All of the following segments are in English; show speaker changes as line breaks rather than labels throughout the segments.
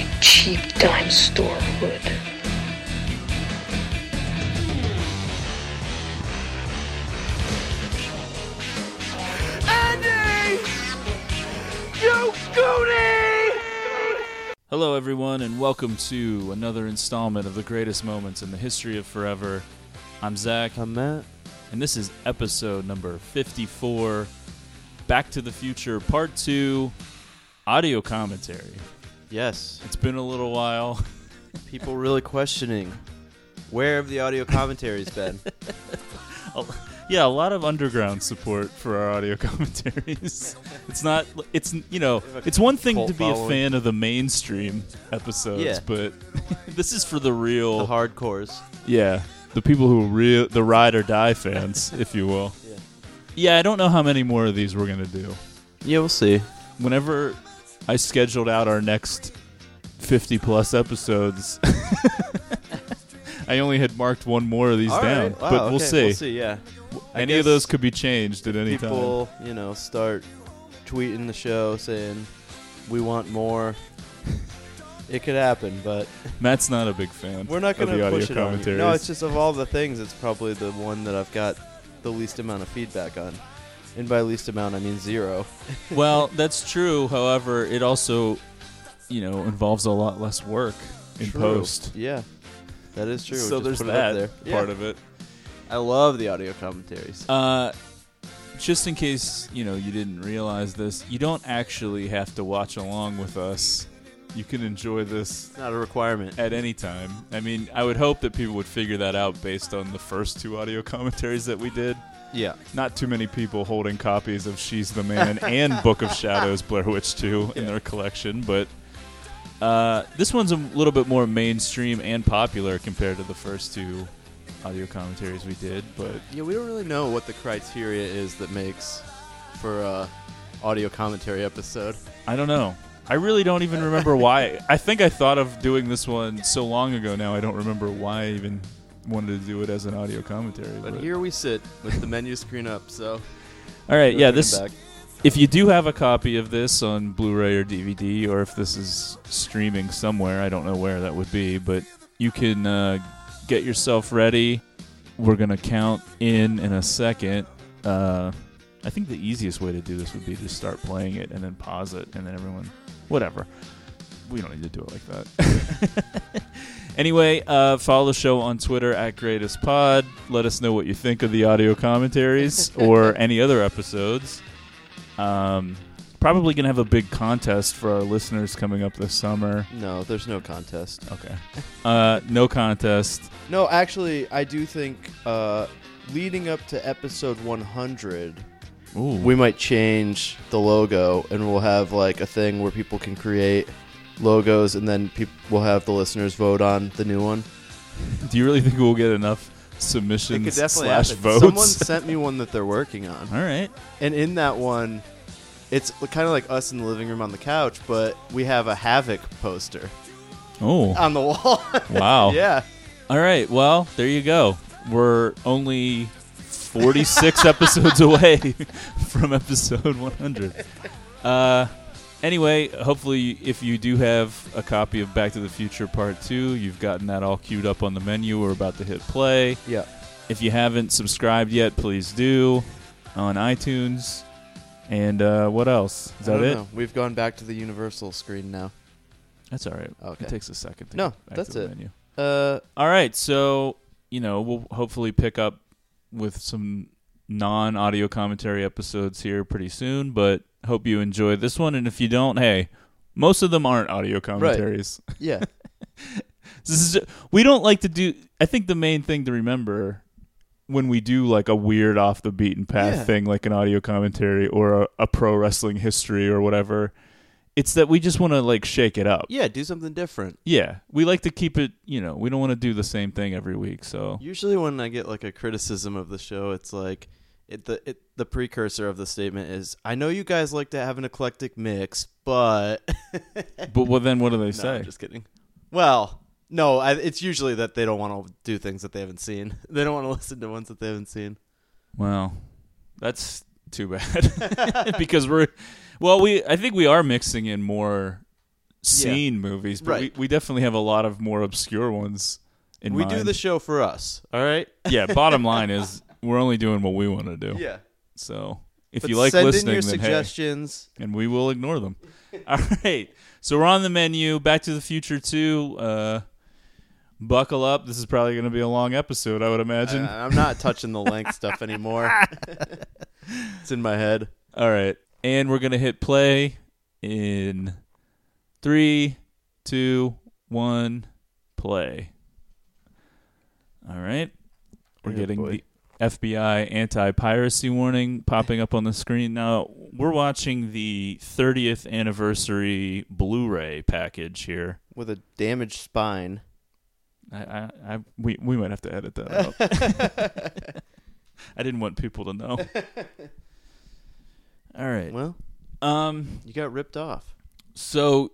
you cheap dime store hood.
Hello, everyone, and welcome to another installment of the greatest moments in the history of forever. I'm Zach,
I'm Matt.
and this is episode number 54 Back to the Future Part 2 Audio Commentary.
Yes,
It's been a little while.
people really questioning where have the audio commentaries been?
Yeah, a lot of underground support for our audio commentaries. It's not, it's, you know, it's one thing
Cult
to be a
following.
fan of the mainstream episodes,
Yeah.
but this is for the real.
the hardcores.
Yeah, the people who real the ride or die fans, if you will.
Yeah.
Yeah, I don't know how many more of these we're gonna do.
Yeah, we'll see.
Whenever I scheduled out our next fifty plus episodes, I only had marked one more of these
All
down,
right. Wow,
but we'll
okay,
see.
We'll see. Yeah, I
Any of
guess
those could be changed at any
people, you know, start tweeting the show saying we want more. It could happen, but
time. Matt's not a big fan.
we're not
of
going
the
to
audio
push it on you.
commentaries.
No, it's just of all the things, it's probably the one that I've got the least amount of feedback on. And by least amount, I mean zero.
well, that's true. However, it also, you know, involves a lot less work in
True.
post.
Yeah, that is true.
So
Just
there's
put it up
that
there.
part
Yeah.
of it.
I love the audio commentaries.
Uh, just in case you know you didn't realize this, you don't actually have to watch along with us. You can enjoy this
Not a requirement.
at any time. I mean, I would hope that people would figure that out based on the first two audio commentaries that we did.
Yeah.
Not too many people holding copies of She's the Man and Book of Shadows Blair Witch 2 in their collection, but uh, this one's a little bit more mainstream and popular compared to the first two audio commentaries we did, but
Yeah, we don't really know what the criteria is that makes for a audio commentary episode.
I don't know. I really don't even remember why. I think I thought of doing this one so long ago now. I don't remember why I even wanted to do it as an audio commentary.
But
but-
here we sit with the menu screen up, so
all right, yeah.
looking
This,
back.
if you do have a copy of this on Blu-ray or DVD, or if this is streaming somewhere, I don't know where that would be, but you can uh, get yourself ready. We're gonna count in in a second. Uh, I think the easiest way to do this would be to start playing it and then pause it, and then everyone, whatever. We don't need to do it like that. anyway, uh, follow the show on Twitter at Greatest Pod. Let us know what you think of the audio commentaries or any other episodes. Um, probably gonna have a big contest for our listeners coming up this summer.
No, there's no contest.
Okay. Uh, no contest.
Oh. No, actually, I do think uh, leading up to episode 100,
Ooh.
we might change the logo and we'll have like a thing where people can create logos and then peop we'll have the listeners vote on the new one.
Do you really think we'll get enough submissions slash votes?
Someone sent me one that they're working on.
All right.
And in that one, it's kind of like us in the living room on the couch, but we have a Havoc poster
Oh.
on the wall.
Wow.
Uh, yeah.
All right. Well, there you go. We're only 46 episodes away from episode 100. Uh, anyway, hopefully, if you do have a copy of Back to the Future Part 2, you've gotten that all queued up on the menu. We're about to hit play.
Yeah.
If you haven't subscribed yet, please do on iTunes. And uh, what else? Is
I
that
don't
it?
know. We've gone back to the Universal screen now.
That's all right.
Okay.
It takes a second. To
No,
get back
that's
to the
it.
Menu.
Uh,
All right, so you know we'll hopefully pick up with some non-audio commentary episodes here pretty soon. But hope you enjoy this one, and if you don't, hey, most of them aren't audio commentaries.
yeah.
This is we don't like to do. I think the main thing to remember when we do like a weird off the beaten path
Yeah.
thing, like an audio commentary or a, a pro wrestling history or whatever, It's that we just want to like shake it up.
Yeah, do something different.
Yeah, we like to keep it. You know, we don't want to do the same thing every week. So
Usually, when I get like a criticism of the show, it's like it, the it, the precursor of the statement is, "I know you guys like to have an eclectic mix, but."
But well, then what do they
no,
say?
I'm just kidding. Well, no, I, it's usually that they don't want to do things that they haven't seen. They don't want to listen to ones that they haven't seen.
Well, that's too bad because we're well, we I think we are mixing in more scene movies, but
Right.
we, we definitely have a lot of more obscure ones. In
We do
mind.
the show for us, all right?
yeah. Bottom line is we're only doing what we want to do.
Yeah.
So if
But
you like
send
listening,
in your
then hey.
suggestions.
and we will ignore them. All right. So we're on the menu. Back to the Future 2. Uh, buckle up. This is probably going to be a long episode, I would imagine.
I- I'm not touching the length stuff anymore. it's in my head.
All right. And we're going to hit play in three, two, one, play. All right. We're
Oh,
getting
boy.
the FBI anti piracy warning popping up on the screen. Now, we're watching the 30th anniversary Blu ray package here.
With a damaged spine.
I, I, I we, we might have to edit that out. I didn't want people to know. All right.
Well,
Um.
you got ripped off.
So,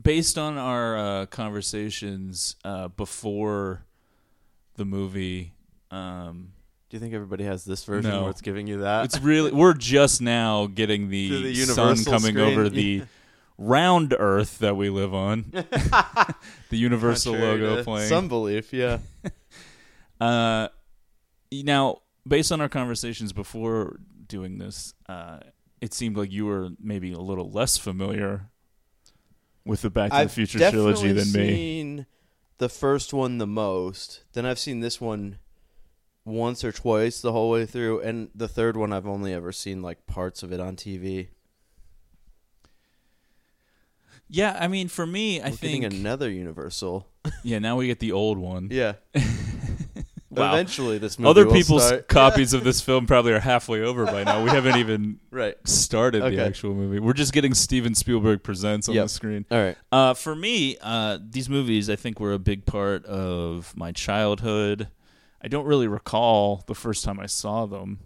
based on our uh, conversations uh, before the movie, um,
Do you think everybody has this version
No.
where it's giving you that?
it's really we're just now getting the,
To the
sun
universal
coming
screen.
over the round Earth that we live on. the universal
Contrary
logo
to
playing.
Some belief, yeah.
Uh, now, based on our conversations before doing this, uh, it seemed like you were maybe a little less familiar with the Back to the Future trilogy than
definitely
me.
seen the first one the most. Then I've seen this one once or twice the whole way through, and the third one I've only ever seen like parts of it on TV.
Yeah, I mean, for me, I
We're
think.
getting another Universal.
yeah, now we get the old one.
Yeah.
Wow.
Eventually, this movie
Other
will
people's
start-
copies of this film probably are halfway over by now. We haven't even
Right.
started
Okay.
the actual movie. We're just getting Steven Spielberg presents on
Yep.
the screen.
All right.
Uh, for me, uh, these movies I think were a big part of my childhood. I don't really recall the first time I saw them.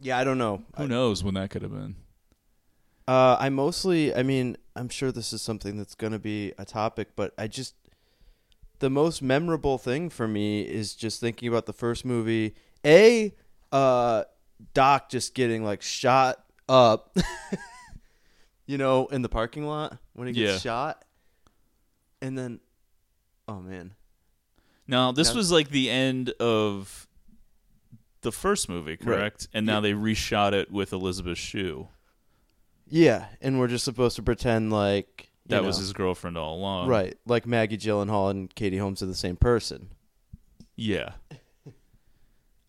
Yeah, I don't know.
Who knows when that could have been?
Uh, I mostly, I mean, I'm sure this is something that's going to be a topic, but I just, the most memorable thing for me is just thinking about the first movie. A, uh, Doc just getting like shot up, you know, in the parking lot when he gets
Yeah.
shot. And then, oh man.
Now this
No.
was like the end of the first movie, correct? And now they reshot it with Elizabeth Shue.
Yeah. And we're just supposed to pretend like you
That was
know,
his girlfriend all along,
right. Like Maggie Gyllenhaal and Katie Holmes are the same person.
Yeah.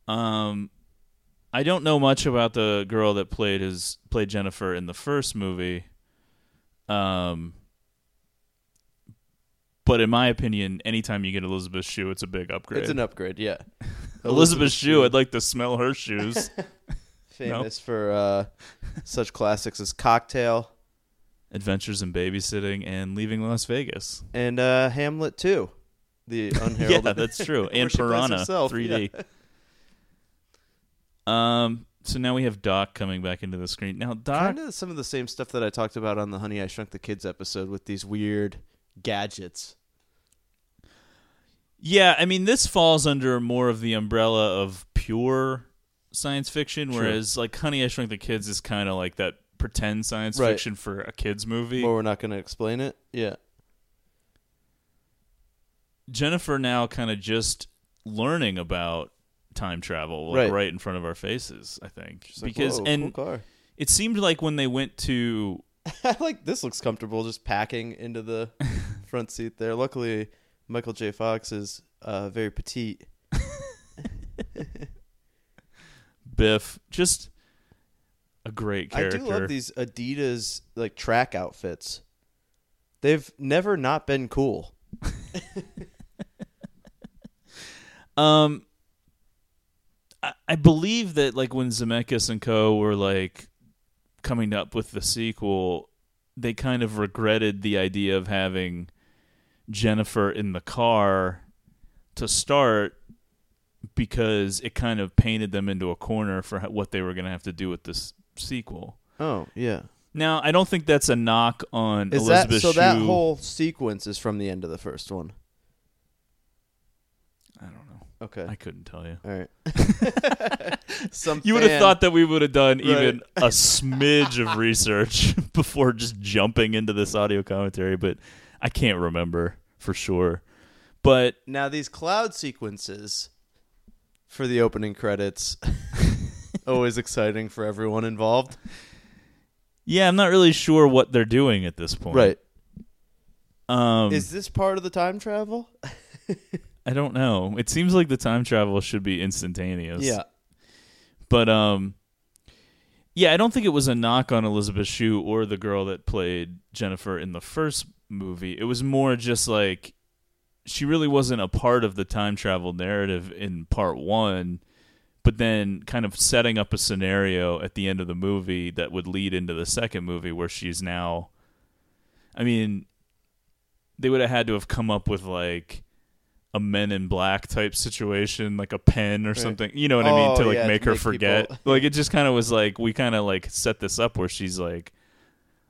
Um, I don't know much about the girl that played his played Jennifer in the first movie. Um, but in my opinion, anytime you get Elizabeth Shue, it's a big upgrade.
It's an upgrade. Yeah.
Elizabeth Shue, I'd like to smell her shoes.
famous for uh, such classics as Cocktail
Adventures in Babysitting and Leaving Las Vegas.
and uh, Hamlet too. The unheralded.
Yeah, that's true.
where
And
she plays
Piranha
herself,
3D. Um. So now we have Doc coming back into the screen. Now Doc
Kind of some of the same stuff that I talked about on the Honey I Shrunk the Kids episode with these weird gadgets.
Yeah, I mean, this falls under more of the umbrella of pure science fiction, whereas like Honey I Shrunk the Kids is kind of like that pretend science
Right.
fiction for a kids movie.
Well, we're not going to explain it. Yeah.
Jennifer now kind of just learning about time travel like,
Right.
right. in front of our faces. I think
Just like,
because
whoa,
and
cool car.
it seemed like when they went to
I like this looks comfortable just packing into the front seat there. Luckily, Michael J. Fox is uh, very petite.
Biff, just a great character.
I do love these Adidas like track outfits. They've never not been cool.
Um, I, I believe that like when Zemeckis and Co were like coming up with the sequel, they kind of regretted the idea of having Jennifer in the car to start because it kind of painted them into a corner for ho- what they were going to have to do with this sequel.
Oh yeah.
Now, I don't think that's a knock on
Is
Elizabeth
that so? That
Shue.
whole sequence is from the end of the first one.
I don't know.
Okay.
I couldn't tell you.
All right. Some
You would have
fan-
thought that we would have done even
Right.
a smidge of research before just jumping into this audio commentary, but I can't remember for sure. But
Now these cloud sequences for the opening credits always exciting for everyone involved.
yeah, I'm not really sure what they're doing at this point.
Right.
Um,
Is this part of the time travel?
I don't know. It seems like the time travel should be instantaneous.
Yeah.
But um yeah, I don't think it was a knock on Elizabeth Shue or the girl that played Jennifer in the first movie. It was more just like she really wasn't a part of the time travel narrative in part 1, but then kind of setting up a scenario at the end of the movie that would lead into the second movie where she's now I mean they would have had to have come up with like a men in black type situation, like a pen or something. You know what I mean?
Oh,
To like
yeah, to
make her
make people-
forget. Like it just kind of was like we kind of like set this up where she's like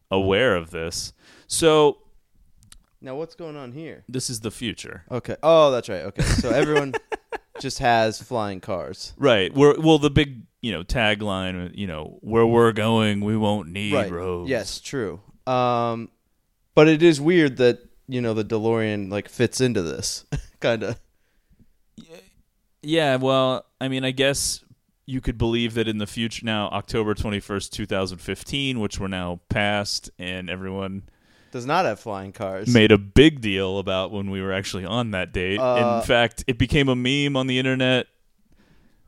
aware of this. So
Now what's going on here?
this is the future.
Okay. Oh, that's right. Okay. So everyone just has flying cars.
Right. We're well the big, you know, tagline, you know, where we're going, we won't need
Right.
roads.
Yes, true. Um but it is weird that, you know, the DeLorean like fits into this kind of.
Yeah, well, I mean, I guess you could believe that in the future now, October 21st, 2015, which we're now past and everyone
Does not have flying cars.
made a big deal about when we were actually on that date.
Uh,
In fact, it became a meme on the internet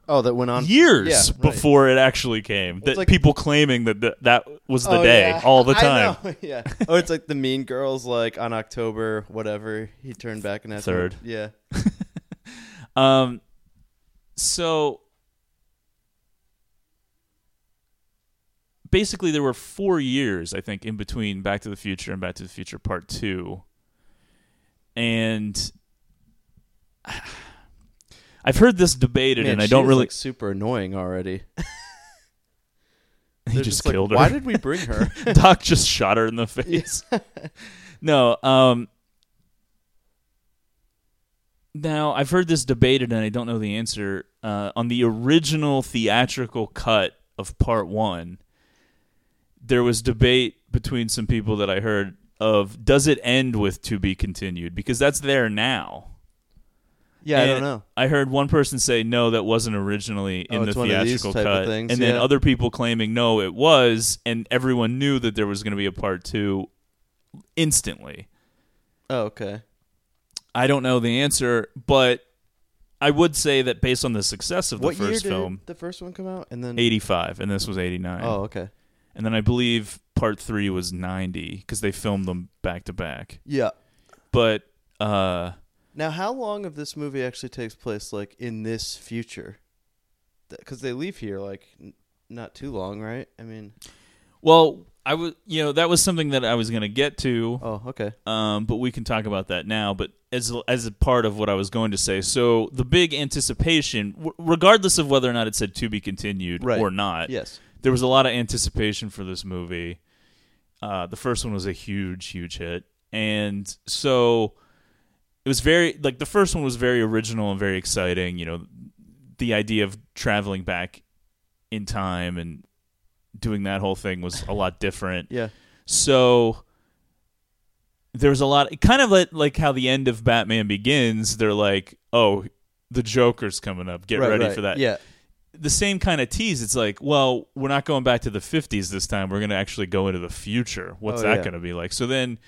Oh, that went on
years
Yeah, right.
before it actually came. That
like-
people claiming that th- that was the
Oh,
day
yeah.
all the
I
time.
know, yeah. Oh, it's like the Mean Girls, like on October whatever he turned back and had
Third.
Yeah.
Um, so basically, there were four years, I think, in between Back to the Future and Back to the Future Part Two, and I've heard this debated,
Man,
and I
she
don't
is,
really.
like, super annoying already.
he
They're
just,
like,
killed
Why
her.
did we bring her?
Doc just shot her in the face. no, um now I've heard this debated and I don't know the answer. Uh, on the original theatrical cut of part one, there was debate between some people that I heard of does it end with to be continued? Because that's there now.
yeah, I
And
don't know.
I heard one person say no, that wasn't originally in
Oh,
the
it's one of these
theatrical
type of
cut,
things,
and then
yeah.
other people claiming no, it was, and everyone knew that there was going to be a part two instantly.
Oh, okay.
I don't know the answer, but I would say that based on the success of the
what year
first
did
film,
the first one come out? And then
eighty-five, and this was eighty-nine,
oh, okay.
and then I believe part three was ninety because they filmed them back to back.
Yeah.
But uh,
Now, how long of this movie actually takes place, like in this future? Because they leave here like n- not too long, right? I mean,
well, I was, you know, that was something that I was going to get to.
oh, okay.
um, but we can talk about that now. But as as a part of what I was going to say, so the big anticipation, w- regardless of whether or not it said to be continued
Right.
or not,
Yes.
there was a lot of anticipation for this movie. Uh, the first one was a huge, huge hit, and so it was very like the first one was very original and very exciting. You know, the idea of traveling back in time and doing that whole thing was a lot different.
Yeah.
So there was a lot, kind of like, like how the end of Batman Begins. They're like, "Oh, the Joker's coming up. Get
right,
ready
right.
for that."
Yeah.
The same kind of tease. It's like, well, we're not going back to the '50s this time. We're going to actually go into the future. What's
Oh,
that
yeah.
going to be like? So then,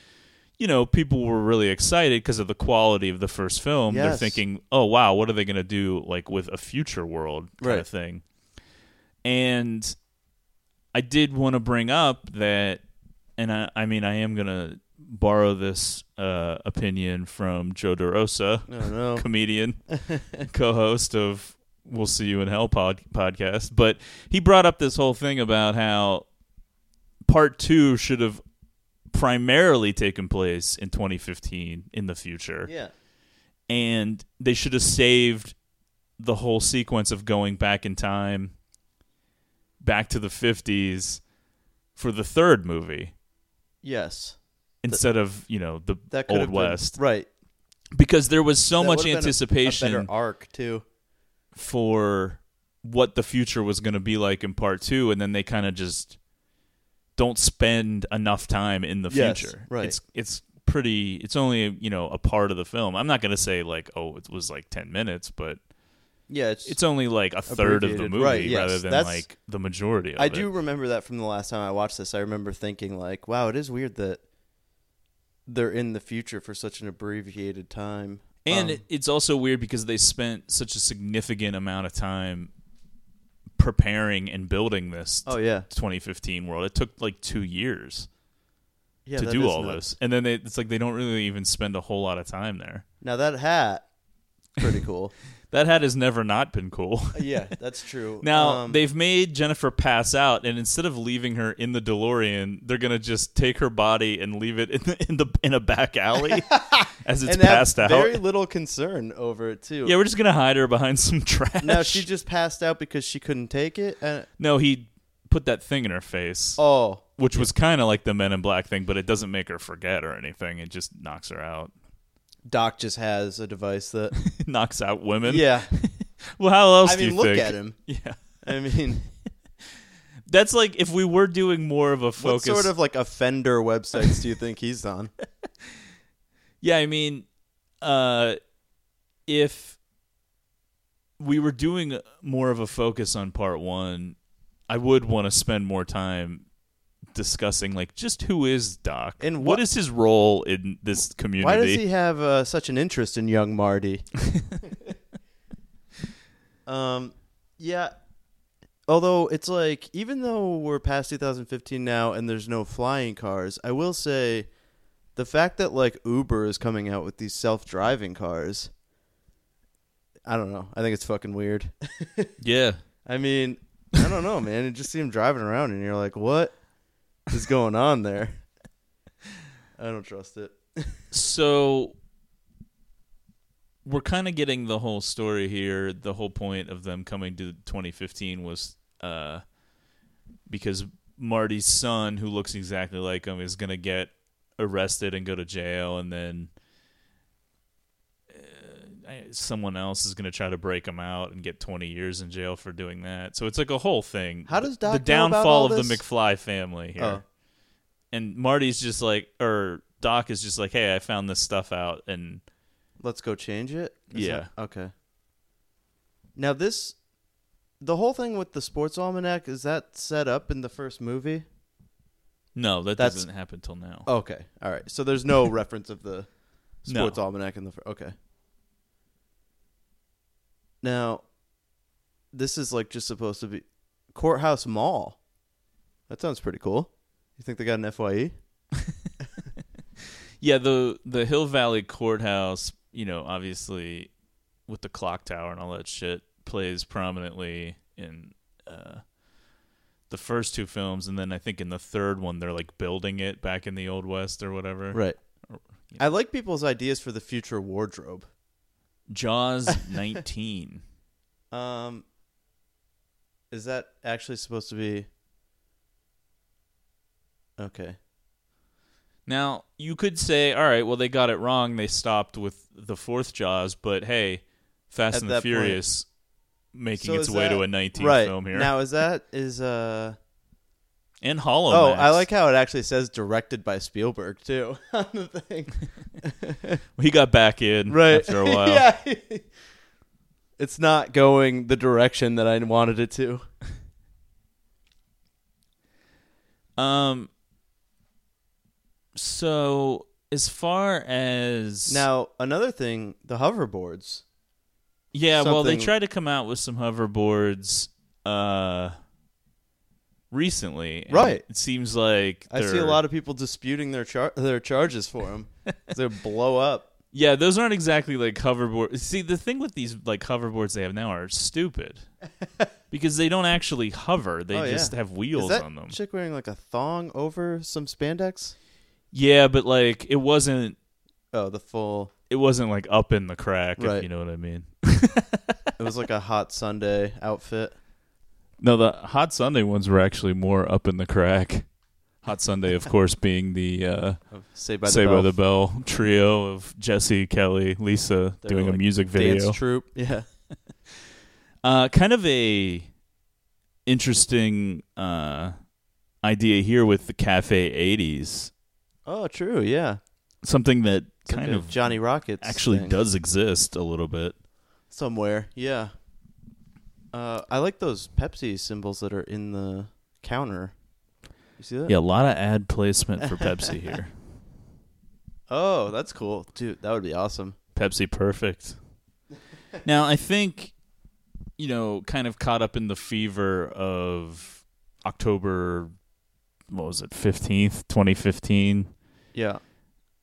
you know, people were really excited because of the quality of the first film. They're
Yes.
thinking, "Oh, wow, what are they going to do like with a future world kind
Right.
of thing?" And I did want to bring up that, and I, I mean, I am going to borrow this uh, opinion from Joe DeRosa,
Oh no.
comedian, co host of We'll See You in Hell pod- podcast. But he brought up this whole thing about how part two should have primarily taken place in 2015 in the future.
Yeah.
and they should have saved the whole sequence of going back in time back to the 50s for the third movie
Yes.
instead of you know the
That could
old
have
west
been right.
because there was so
That
much
would've been a- A,
anticipation
better arc too.
for what the future was going to be like in part 2 and then they kind of just don't spend enough time in the
Yes,
future
right.
it's it's pretty it's only you know a part of the film i'm not going to say like oh it was like 10 minutes but
Yeah, it's,
it's only like a third of the
Abbreviated,
movie
right, yes.
rather than
That's-
like the majority of
I
it.
do remember that from the last time I watched this. I remember thinking like, wow, it is weird that they're in the future for such an abbreviated time. Um,
And it it's also weird because they spent such a significant amount of time preparing and building this
Oh yeah.
2015 world. It took like 2 years
Yeah,
to
that
do
is
all
nuts.
this. And then they, it's like they don't really even spend a whole lot of time there.
Now that hat pretty cool.
That hat has never not been cool.
yeah, that's true.
Now
Um,
they've made Jennifer pass out, and instead of leaving her in the DeLorean, they're gonna just take her body and leave it in the in, the, in a back alley as it's
and have
passed out.
Very little concern over it too.
Yeah, we're just gonna hide her behind some trash.
now she just passed out because she couldn't take it. And
No, he put that thing in her face,
oh,
which was kind of like the Men in Black thing, but it doesn't make her forget or anything. It just knocks her out.
Doc just has a device that.
It knocks out women.
yeah,
Well, how else
I
do you
mean, look
think?
at him.
Yeah.
I mean,
That's like if we were doing more of a
what
focus.
sort of like offender websites do you think he's on?
Yeah, I mean, uh, if we were doing more of a focus on part one, I would want to spend more time discussing like just who is Doc
And
what
what-
is his role in this community.
Why does he have uh, such an interest in young Marty? um, yeah. Although it's like, even though we're past 2015 now and there's no flying cars, I will say the fact that like Uber is coming out with these self-driving cars, I don't know. I think it's fucking weird.
Yeah,
I mean, I don't know, man. You just see him driving around and you're like, what is going on there? I don't trust it.
so we're kind of getting the whole story here. The whole point of them coming to 2015 was uh, because Marty's son, who looks exactly like him, is going to get arrested and go to jail, and then uh, I- someone else is going to try to break him out and get 20 years in jail for doing that. So it's like a whole thing.
How does Doc
the
know about all
downfall of
this?
the McFly family here?
Oh.
and Marty's just like, or Doc is just like, hey, I found this stuff out, and
Let's go change it.
Yeah.
that- okay. Now this, the whole thing with the sports almanac is that set up in the first movie?
no, that
That's-
doesn't happen till now.
Okay, all right. So there's no reference of the
No.
sports almanac in the fir- okay. Now, this is like just supposed to be courthouse mall. That sounds pretty cool. You think they got an E? Fye?
Yeah, the the Hill Valley Courthouse, you know, obviously with the clock tower and all that shit, plays prominently in uh, the first two films, and then I think in the third one they're like building it back in the old west or whatever.
Right. I like people's ideas for the future wardrobe.
Jaws nineteen.
Um, is that actually supposed to be? Okay.
Now, you could say, all right, well, they got it wrong. They stopped with the fourth Jaws, but hey, Fast
At
and the
that point-
Furious making
So
its
is
way to
that-
a 19th
right.
film here.
Now is that is uh
and Hollow
oh
Max.
I like how it actually says directed by Spielberg too on the thing.
He got back in
Right.
after a while.
yeah. it's not going the direction that I wanted it to.
Um. So, as far as.
Now another thing, the hoverboards.
Yeah, well, they
something-
tried to come out with some hoverboards uh, recently. and
Right.
It seems like.
I see a lot of people disputing their char- their charges for them. they blow up.
Yeah, those aren't exactly like hoverboard. See, the thing with these like hoverboards they have now are stupid because they don't actually hover; they
Oh, yeah.
just have wheels
is that
on them.
Chick wearing like a thong over some spandex.
Yeah, but like it wasn't
Oh, the full.
it wasn't like up in the crack, if
Right.
you know what I mean.
It was like a hot Sunday outfit.
No, the Hot Sunday ones were actually more up in the crack. Hot Sunday, of course, being the uh,
Saved by the
Say
Bell.
by the Bell trio of Jesse, Kelly, Lisa
They were
doing a
like
music video.
Dance troupe. Yeah.
Uh, kind of a interesting uh, idea here with the Cafe 80s.
Oh, true. Yeah.
Something that
Some
kind of
Johnny Rockets
actually
thing.
does exist a little bit.
somewhere. Yeah. Uh, I like those Pepsi symbols that are in the counter. You see that?
Yeah, a lot of ad placement for Pepsi here.
Oh, that's cool, dude. That would be awesome.
Pepsi Perfect. now, I think, you know, kind of caught up in the fever of October, what was it, 15th, 2015.
Yeah.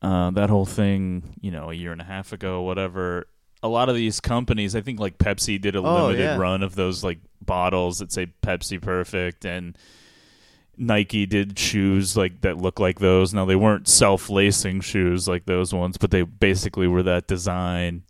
Uh, that whole thing, you know, a year and a half ago, whatever. A lot of these companies, I think like Pepsi did a
Oh,
limited
yeah.
run of those like bottles that say Pepsi Perfect and Nike did shoes like that look like those. Now they weren't self-lacing shoes like those ones, but they basically were that design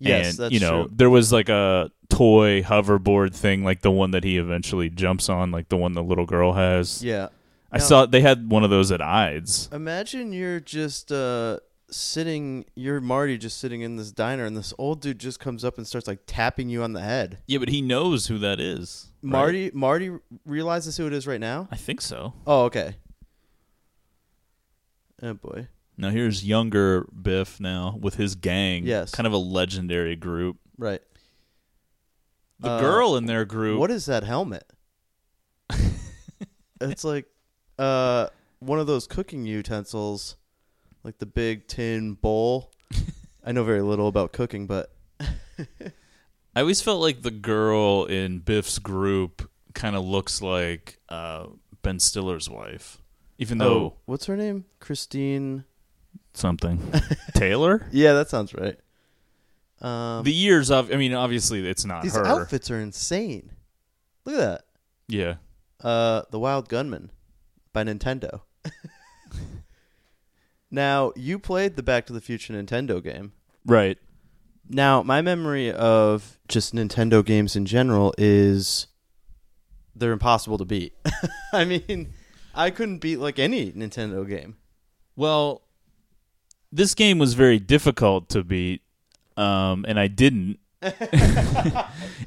Yes,
and
that's
you know
true.
there was like a toy hoverboard thing like the one that he eventually jumps on like the one the little girl has
Yeah.
i
No.
saw they had one of those at ides
Imagine you're just uh, sitting. You're Marty, just sitting in this diner, and this old dude just comes up and starts like tapping you on the head.
yeah but he knows who that is right?
Marty, Marty realizes who it is right now.
i think so
Oh, okay. Oh boy.
now here's younger biff now with his gang
Yes.
kind of a legendary group
Right.
the
Uh,
girl in their group
What is that helmet? it's like uh one of those cooking utensils, like the big tin bowl. I know very little about cooking, but
i always felt like the girl in biff's group kind of looks like uh, ben stiller's wife even though
oh, what's her name? Christine.
something taylor
Yeah, that sounds right. Um,
the years of i mean obviously it's not
these
her
outfits are insane. Look at
yeah
that. Uh, the Wild Gunman by Nintendo. now you played the Back to the Future Nintendo game.
right
Now, my memory of just Nintendo games in general is they're impossible to beat. I mean, I couldn't beat like any Nintendo game.
well this game was very difficult to beat um, and i didn't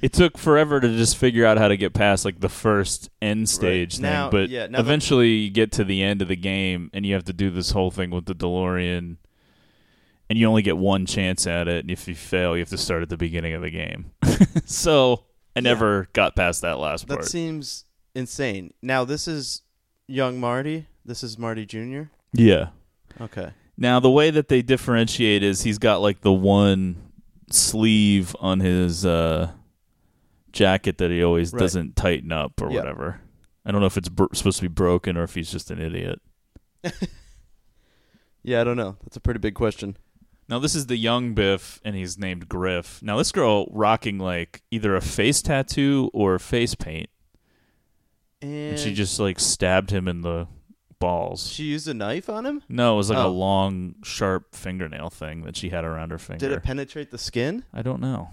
it took forever to just figure out how to get past like the first end stage thing
Now-
but
yeah, now that-
eventually you get to the end of the game and you have to do this whole thing with the delorean and you only get one chance at it and if you fail you have to start at the beginning of the game so i never got past that last
That
part
seems insane. Now, this is young Marty. This is Marty Jr.
yeah
Okay.
Now the way that they differentiate is he's got like the one sleeve on his uh, jacket that he always
Right.
doesn't tighten up or
Yeah.
whatever. I don't know if it's bro- supposed to be broken or if he's just an idiot.
Yeah, I don't know. That's a pretty big question.
Now this is the young Biff, and he's named Griff. Now this girl rocking like either a face tattoo or face paint,
And,
and she just like stabbed him in the balls.
she used a knife on him?
no, it was like a
Oh.
long, sharp fingernail thing that she had around her finger.
Did it penetrate the skin?
I don't know.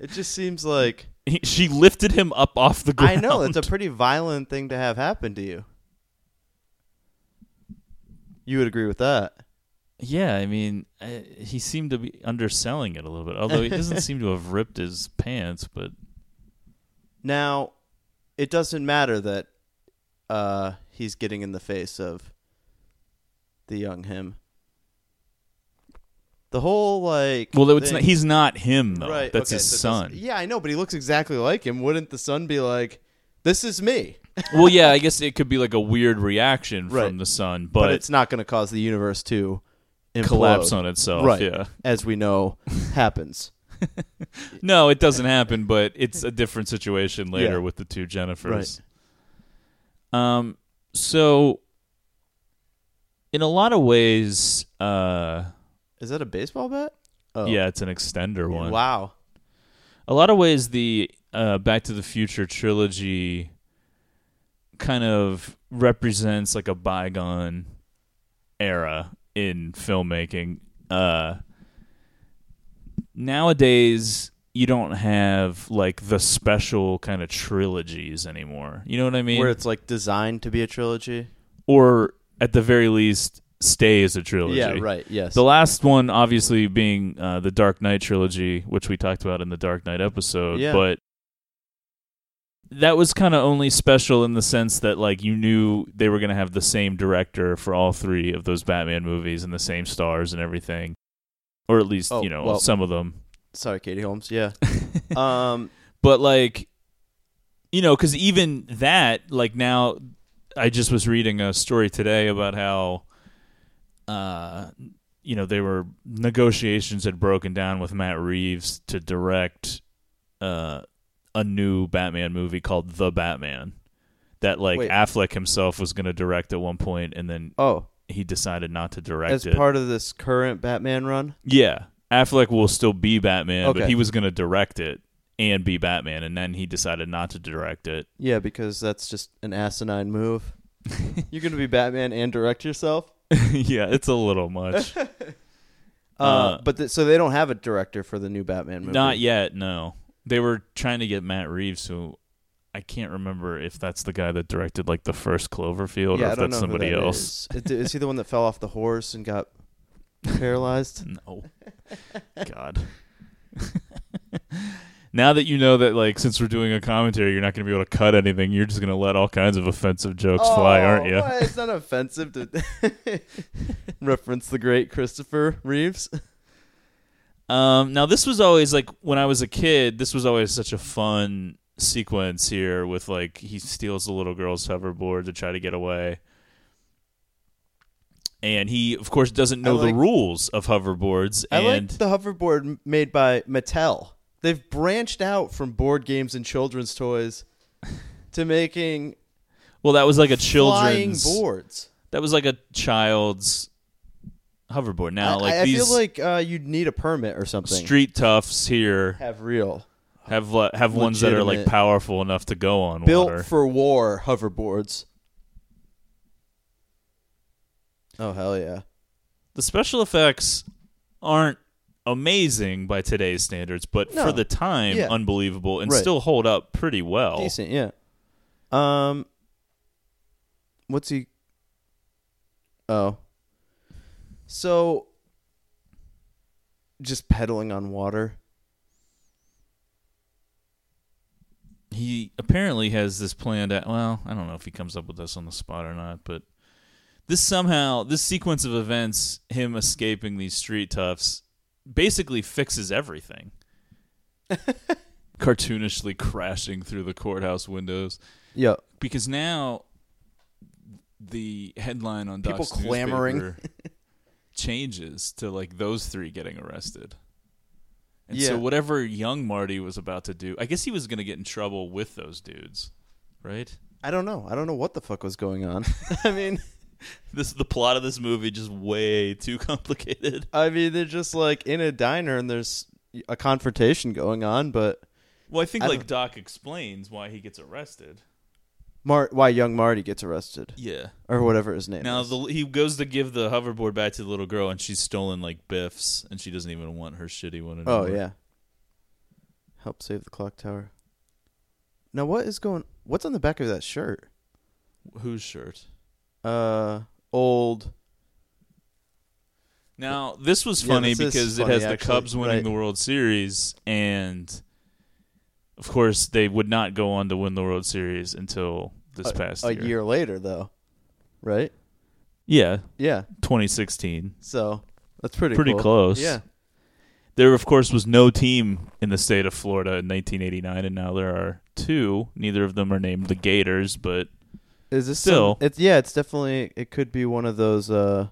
It just seems like
He- she lifted him up off the
I
ground.
know it's a pretty violent thing to have happen to you. You would agree with that.
Yeah, I mean, uh, he seemed to be underselling it a little bit. Although he doesn't seem to have ripped his pants, but
Now, it doesn't matter that uh, he's getting in the face of the young him. The whole like
well, it's not,
thing-
he's not him though.
right.
That's
okay,
his
so it
son.
doesn't- Yeah, I know, but he looks exactly like him. Wouldn't the son be like, "This is me"?
well, yeah, I guess it could be like a weird reaction
Right.
from the son,
But,
but,
it's not going to cause the universe to implode,
collapse on itself.
right?
Yeah,
as we know happens.
no, it doesn't happen, but it's a different situation later with the two Jennifers. Um, so in a lot of ways, uh,
Is that a baseball bat? Oh.
yeah, it's an extender one.
Wow.
a lot of ways the uh, back to the future trilogy kind of represents like a bygone era in filmmaking. Uh, nowadays, you don't have like the special kind of trilogies anymore. You know what I mean?
where it's like designed to be a trilogy.
or at the very least, stay as a trilogy.
Yeah, right. Yes.
The last one, obviously, being uh, the Dark Knight trilogy, which we talked about in the Dark Knight episode,
Yeah.
but that was kind of only special in the sense that like you knew they were going to have the same director for all three of those Batman movies and the same stars and everything, or at least
Oh,
you know
well-
some of them.
Sorry, Katie Holmes. Yeah. um.
but like you know because even that like now i just was reading a story today about how uh you know they were negotiations had broken down with matt reeves to direct uh a new batman movie called the batman that like
Wait.
affleck himself was going to direct at one point and then
Oh,
he decided not to direct
as
it
part of this current Batman run.
yeah. Affleck will still be Batman, but
Okay.
he was going to direct it and be Batman, and then he decided not to direct it.
Yeah, because that's just an asinine move. You're gonna be Batman and direct yourself.
yeah, it's a little much.
Uh,
Uh,
but th- so they don't have a director for the new Batman movie.
not yet, no. They were trying to get Matt Reeves, who I can't remember if that's the guy that directed like the first Cloverfield
Yeah,
or
I
if
don't know
that's somebody
who that
else.
is. It- is he the one that fell off the horse and got paralyzed?
No. God. now that you know that like since we're doing a commentary, you're not going to be able to cut anything. You're just going to let all kinds of offensive jokes fly, aren't you?
Well, it's not offensive to reference the great Christopher Reeves.
Um, now this was always like when I was a kid. This was always such a fun sequence here with like he steals the little girl's hoverboard to try to get away, and he of course doesn't know
like-
the rules of hoverboards.
I
and
like the hoverboard m- made by Mattel. They've branched out from board games and children's toys to making
well, that was like a
flying
children's.
boards.
That was like a child's hoverboard. Now,
I-
like
I, I
these
feel like uh, you'd need a permit or something.
street toughs here
have real
have le- have ones that are like
Legitimate.
powerful enough to go on
built
water.
for war hoverboards. Oh hell yeah!
the special effects aren't amazing by today's standards, but
No.
for the time,
Yeah.
unbelievable and
Right.
still hold up pretty well.
Decent, yeah. Um, what's he? Oh, so just pedaling on water.
He apparently has this plan to, well, I don't know if he comes up with this on the spot or not, but this somehow, this sequence of events, him escaping these street toughs, basically fixes everything. Cartoonishly crashing through the courthouse windows.
Yeah,
because now the headline on
People
Doc's
clamoring.
newspaper changes to like those three getting arrested. And
Yeah.
so whatever young Marty was about to do, I guess he was going to get in trouble with those dudes, right?
I don't know. I don't know what the fuck was going on. I mean,
This the plot of this movie just way too complicated.
I mean, they're just like in a diner and there's a confrontation going on, but
Well, I think
I
like
don't-
Doc explains why he gets arrested.
Mar- why young Marty gets arrested
Yeah.
or whatever his name.
Now
is.
the, he goes to give the hoverboard back to the little girl, and she's stolen like Biff's, and she doesn't even want her shitty one anymore.
Oh yeah. Help save the clock tower. Now what is going what's on the back of that shirt?
whose shirt?
Uh old
Now this was
Yeah,
funny
this is
because
funny,
it has the
actually.
Cubs winning
Right.
the World Series, and of course they would not go on to win the World Series until this
a,
past
a
year.
year later though. Right?
Yeah,
Yeah.
2016.
So that's pretty
Pretty
cool.
close.
Yeah.
There, of course, was no team in the state of Florida in 1989, and now there are two. Neither of them are named the Gators, but
Is this
Still.
some- it's yeah, it's definitely it could be one of those uh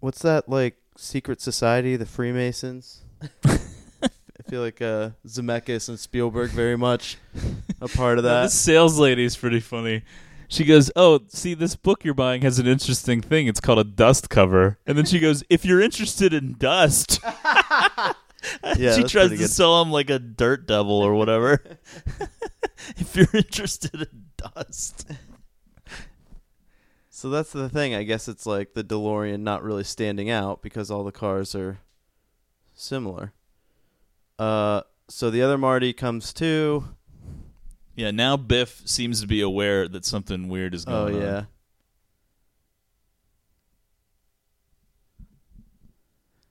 what's that like secret society, the Freemasons? I feel like uh Zemeckis and Spielberg very much a part of
Now,
that.
This sales lady is pretty funny. She goes, "Oh, see, this book you're buying has an interesting thing. It's called a dust cover." And then she goes, "If you're interested in dust,"
yeah,
she
that's
tries to
pretty good.
sell him like a dirt devil or whatever. if you're interested in dust,
So So that's the thing. I guess it's like the DeLorean not really standing out because all the cars are similar. Uh, so the other Marty comes too.
Yeah, now Biff seems to be aware that something weird is
Oh
going on.
yeah.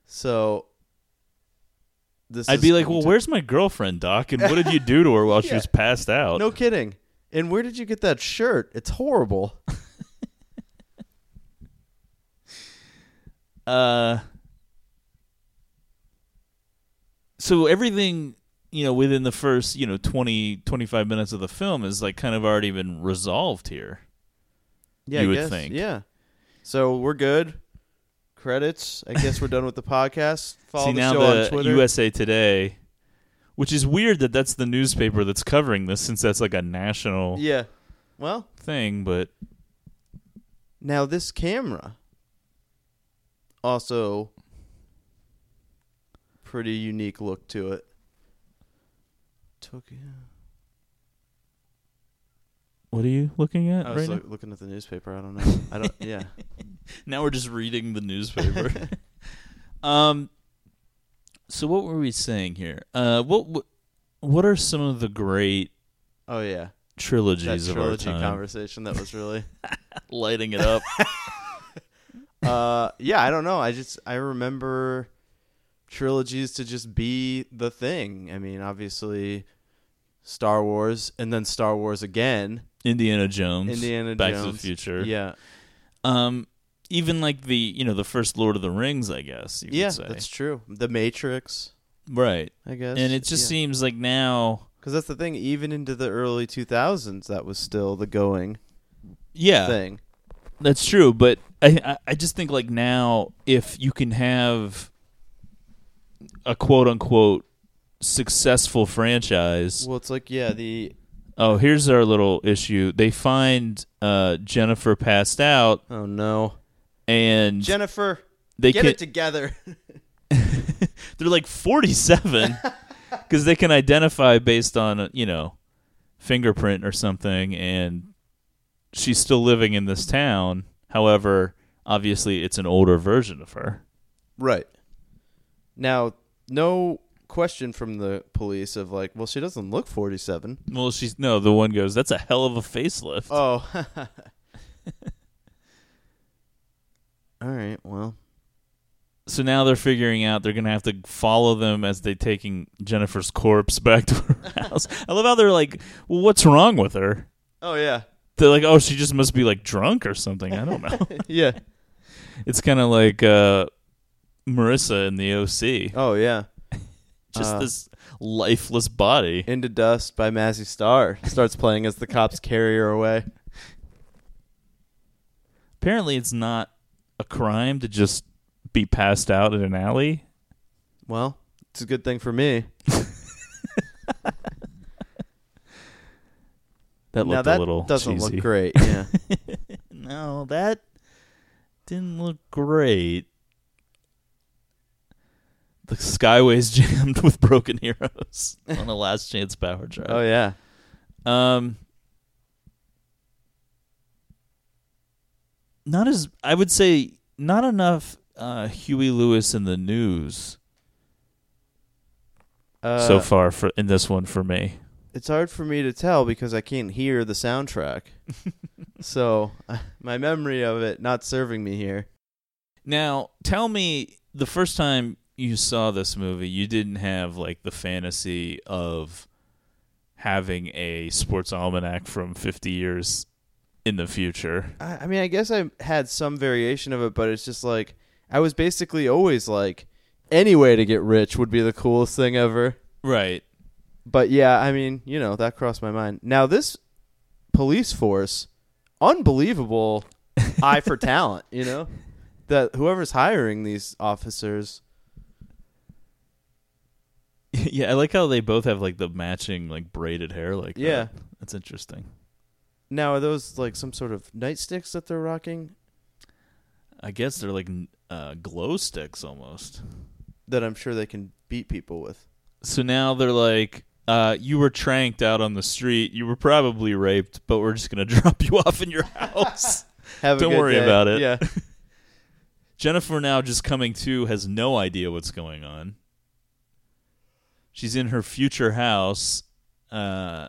So this
I'd
is
be like,
going
"Well,
to-
where's my girlfriend, Doc? And what did you do to her while she was passed out?"
No kidding. And where did you get that shirt? It's horrible.
Uh, so everything you know within the first you know 20 25 minutes of the film is like kind of already been resolved here
Yeah,
You
I
would
guess.
think.
Yeah. So we're good. Credits. I guess we're done with the podcast. Follow
see
the
now
show
the
on Twitter.
usa today which is weird that that's the newspaper that's covering this since that's like a national
Yeah. Well,
thing but
now this camera also pretty unique look to it. Tokyo.
what are you looking at
I
right
was
now?
like, looking at the newspaper. I don't know. I don't. Yeah.
now we're just reading the newspaper. um, so what were we saying here? Uh, what what- what are some of the great
Oh yeah. That
trilogies of our
trilogy
time?
conversation. That was really.
Lighting it up.
uh, yeah, I don't know. I just I remember trilogies to just be the thing. I mean, obviously Star Wars and then Star Wars again.
Indiana Jones.
Indiana
Back to the
Jones.
Future.
Yeah.
Um, even like the you know the first Lord of the Rings, I guess. You
yeah,
could say.
that's true. The Matrix,
right.
I guess.
And it just seems like now,
cuz that's the thing even into the early 2000s that was still the going
yeah,
thing.
That's true, but I, I I just think like now if you can have a quote unquote successful franchise.
Well, it's like yeah, the
Oh, here's our little issue. They find uh, Jennifer passed out,
oh no.
and
Jennifer,
they
get
can,
it together.
they're like 47 because they can identify based on uh, you know fingerprint or something, and she's still living in this town. However, obviously, it's an older version of her.
Right. Now, no question from the police of like, well, she doesn't look 47.
Well, she's no. The one goes, "That's a hell of a facelift."
Oh. All right. Well,
so now they're figuring out they're gonna have to follow them as they taking Jennifer's corpse back to her house. I love how they're like, "Well, what's wrong with her?"
oh yeah.
They're like, "Oh, she just must be like drunk or something." I don't know.
Yeah.
it's kind of like uh, Marissa in the OC,
Oh yeah.
just
uh,
this lifeless body.
Into Dust by Mazzy Star starts playing as the cops carry her away.
Apparently, it's not a crime to just be passed out in an alley.
Well, it's a good thing for me.
That
now
looked
that
a little
doesn't
cheesy.
look great. Yeah.
No, that didn't look great. The skyway's jammed with broken heroes on a last chance power drive.
oh yeah.
Um not as I would say not enough uh Huey Lewis in the news
Uh,
so far for in this one for me.
it's hard for me to tell because I can't hear the soundtrack. so my memory of it not serving me here.
Now, tell me the first time you saw this movie, you didn't have like the fantasy of having a sports almanac from 50 years in the future.
I, I mean, I guess I had some variation of it, but it's just like I was basically always like, any way to get rich would be the coolest thing ever.
Right.
But yeah, I mean, you know, that crossed my mind. Now this police force, unbelievable eye for talent. You know, that whoever's hiring these officers.
yeah, I like how they both have like the matching like braided hair like
Yeah.
that. That's interesting.
Now are those like some sort of nightsticks that they're rocking?
I guess they're like n- uh, glow sticks almost.
that I'm sure they can beat people with.
So now they're like uh, you were tranked out on the street. You were probably raped, but we're just going to drop you off in your house.
Have a
Don't
good
worry
day.
about it.
Yeah.
Jennifer now just coming to has no idea what's going on. She's in her future house, uh,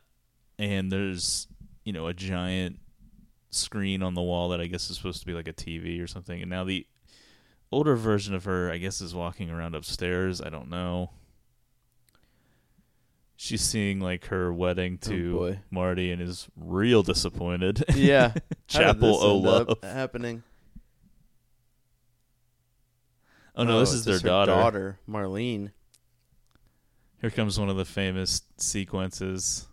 and there's you know a giant screen on the wall that I guess is supposed to be like a TV or something. And now the older version of her, I guess, is walking around upstairs. I don't know. She's seeing like her wedding
Oh,
to
boy.
Marty and is real disappointed.
Yeah. How did
Chapel
this
O
end
Love.
up happening.
Oh no, this
it's
is their
just her daughter, Marlene.
Here comes one of the famous sequences.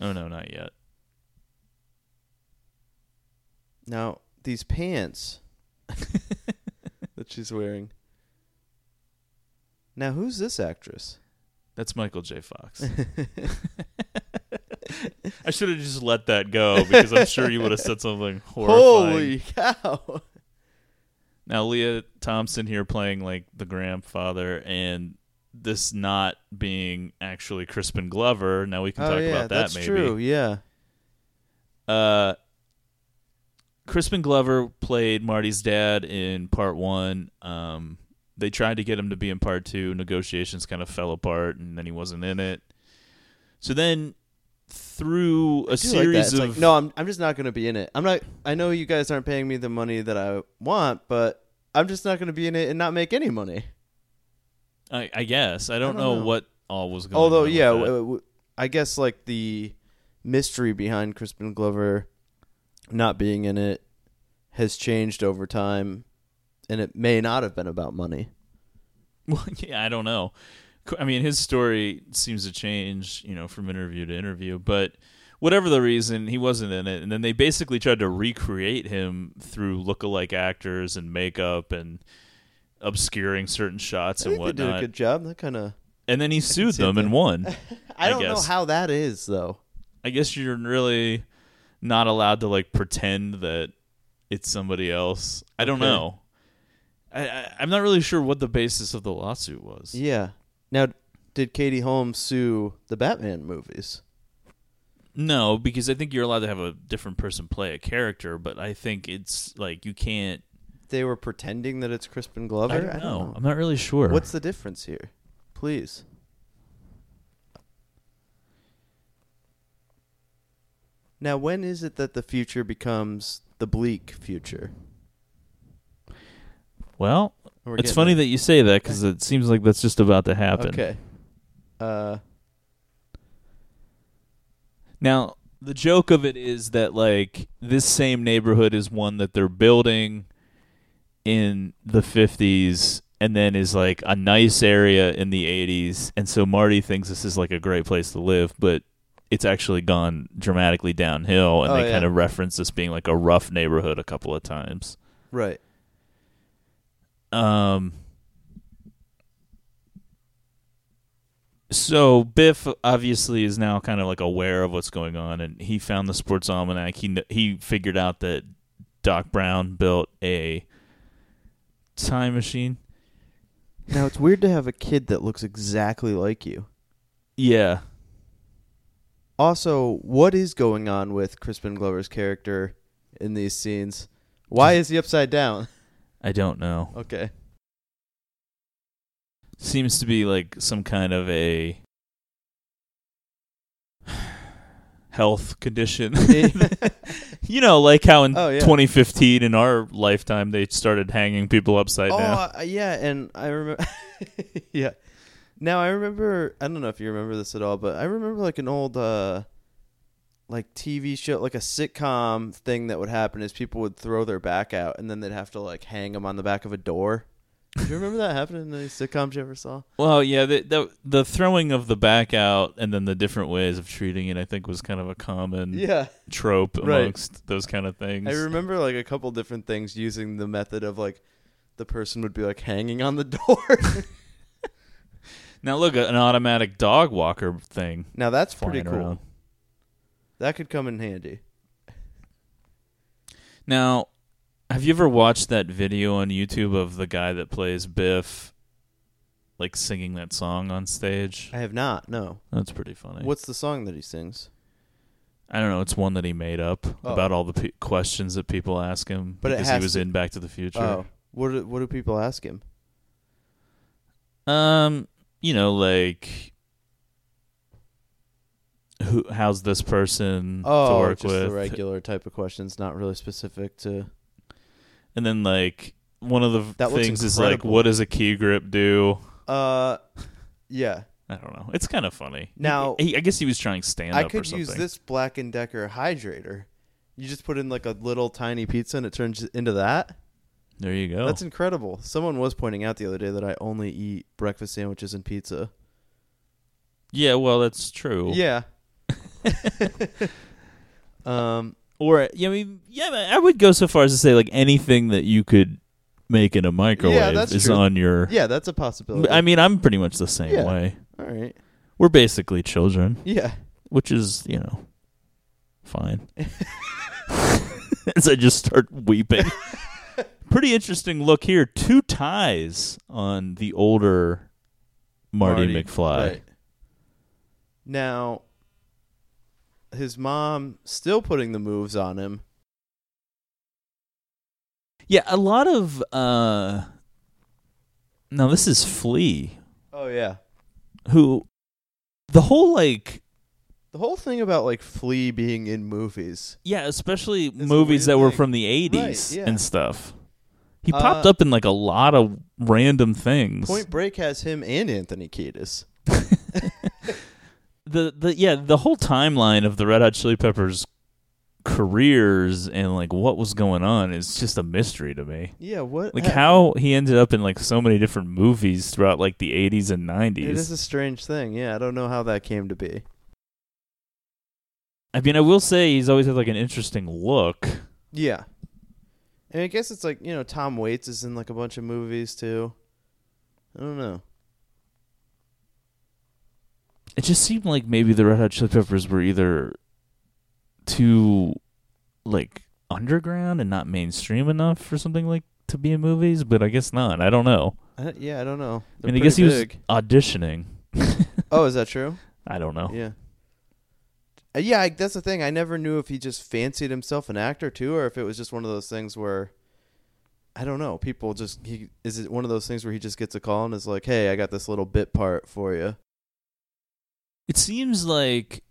Oh no, not yet.
Now, these pants that she's wearing. Now, who's this actress?
That's Michael J. Fox. I should have just let that go because I'm sure you would have said something horrifying.
Holy cow. Oh,
Now Leah Thompson here playing like the grandfather and this not being actually Crispin Glover. Now we can
oh,
talk
yeah,
about that
that's
maybe.
true. Yeah.
Uh, Crispin Glover played Marty's dad in part one. Um, they tried to get him to be in part two. Negotiations kind of fell apart, and then he wasn't in it. So then, through
do
a
like that.
series
It's like,
of
no, I'm I'm just not going to be in it. I'm not. I know you guys aren't paying me the money that I want, but I'm just not going to be in it and not make any money.
I, I guess I don't,
don't
know,
know.
what all was going. on
Although,
with
yeah,
that.
w- w- I guess like the mystery behind Crispin Glover not being in it has changed over time, and it may not have been about money.
Well, yeah, I don't know. Co- I mean, his story seems to change, you know, from interview to interview, but whatever the reason, he wasn't in it. And then they basically tried to recreate him through lookalike actors and makeup and obscuring certain shots
I
and
think they did a
whatnot.
good job. That kind of
and then he sued
see
them
that.
and won.
I
I
don't know
guess.
how that is though.
I guess you're really not allowed to like pretend that it's somebody else. I don't
Okay.
know. I, I, I'm not really sure what the basis of the lawsuit was.
Yeah. Now, did Katie Holmes sue the Batman movies?
No, because I think you're allowed to have a different person play a character, but I think it's like you can't.
They were pretending that it's Crispin Glover.
I don't, know. I'm not really sure.
What's the difference here? Please. Now, when is it that the future becomes the bleak future?
well?
We're
It's
getting
funny
there.
that you say that because it seems like that's just about to happen.
Okay. Uh,
Now the joke of it is that like this same neighborhood is one that they're building in the 50s and then is like a nice area in the 80s and so Marty thinks this is like a great place to live but it's actually gone dramatically downhill and
Oh,
they
yeah.
kind of reference this being like a rough neighborhood a couple of times.
right.
Um So Biff obviously is now kind of like aware of what's going on, and he found the sports almanac. He kn- he figured out that Doc Brown built a time machine.
Now, it's weird to have a kid that looks exactly like you.
Yeah,
Also, what is going on with Crispin Glover's character in these scenes? Why is he upside down?
I don't know.
Okay.
Seems to be like some kind of a health condition. you know, like how in
Oh, yeah.
2015 in our lifetime they started hanging people upside
oh,
down.
uh, yeah, and I remember. yeah. Now I remember. I don't know if you remember this at all, but I remember like an old, uh, like TV show, like a sitcom thing that would happen is people would throw their back out, and then they'd have to like hang them on the back of a door. Do you remember that happening in any sitcoms you ever saw?
Well, yeah, the, the the throwing of the back out and then the different ways of treating it, I think, was kind of a common
Yeah,
trope
Right.
amongst those kind of things.
I remember like a couple different things using the method of like the person would be like hanging on the door.
now look, an automatic dog walker thing.
now that's pretty
flying
cool.
around.
That could come in handy.
Now, have you ever watched that video on YouTube of the guy that plays Biff, like singing that song on stage?
I have not. No.
That's pretty funny.
What's the song that he sings?
I don't know. It's one that he made up
Oh.
about all the pe- questions that people ask him
But it
because he
has
was
to-
in Back to the Future.
Oh, what do, what do people ask him?
Um, you know, like who? How's this person
Oh,
to work
just
with?
the regular type of questions, not really specific to.
And then like one of the
That looks
things is like,
incredible.
what does a key grip do?
Uh, yeah,
I don't know. It's kind of funny.
Now-
he, I guess he was trying stand
I
up or
could
something.
use this Black and Decker hydrator. You just put in like a little tiny pizza and it turns into that.
There you go.
That's incredible. Someone was pointing out the other day that I only eat breakfast sandwiches and pizza.
yeah, well, that's true.
Yeah. um.
Or yeah, I mean, yeah, but I would go so far as to say like anything that you could make in a microwave
that's
is
true.
on your.
Yeah, that's a possibility.
I mean, I'm pretty much the same
Yeah.
way.
all right.
We're basically children.
Yeah.
which is you know fine as i just start weeping pretty interesting look here two ties on the older marty, mcfly
right. Now, his mom still putting the moves on him.
yeah a lot of uh now this is flea
Oh yeah.
who the whole like
The whole thing about like Flea being in movies.
yeah especially
a
movies
weird
that were
thing.
from the 80s
Right, yeah.
and stuff he
Uh,
popped up in like a lot of random things
Point Break has him and Anthony Kiedis.
the the yeah the whole timeline of the Red Hot Chili Peppers careers and like what was going on is just a mystery to me.
Yeah, what?
Like
ha-
how he ended up in like so many different movies throughout like the 80s and
It
90s.
is a strange thing. Yeah, I don't know how that came to be.
I mean, I will say he's always had like an interesting look.
Yeah. And I guess it's like, you know, Tom Waits is in like a bunch of movies too. I don't know.
It just seemed like maybe the Red Hot Chili Peppers were either too like underground and not mainstream enough for something like to be in movies, but I guess not. I don't know.
I don't- yeah, I don't know.
I
They're
mean, I guess he
pretty
was
big.
auditioning.
Oh, is that true?
I don't know.
Yeah. Uh, Yeah, I, that's the thing. I never knew if he just fancied himself an actor too, or if it was just one of those things where I don't know. People just he is it one of those things where he just gets a call and is like, "Hey, I got this little bit part for you."
It seems like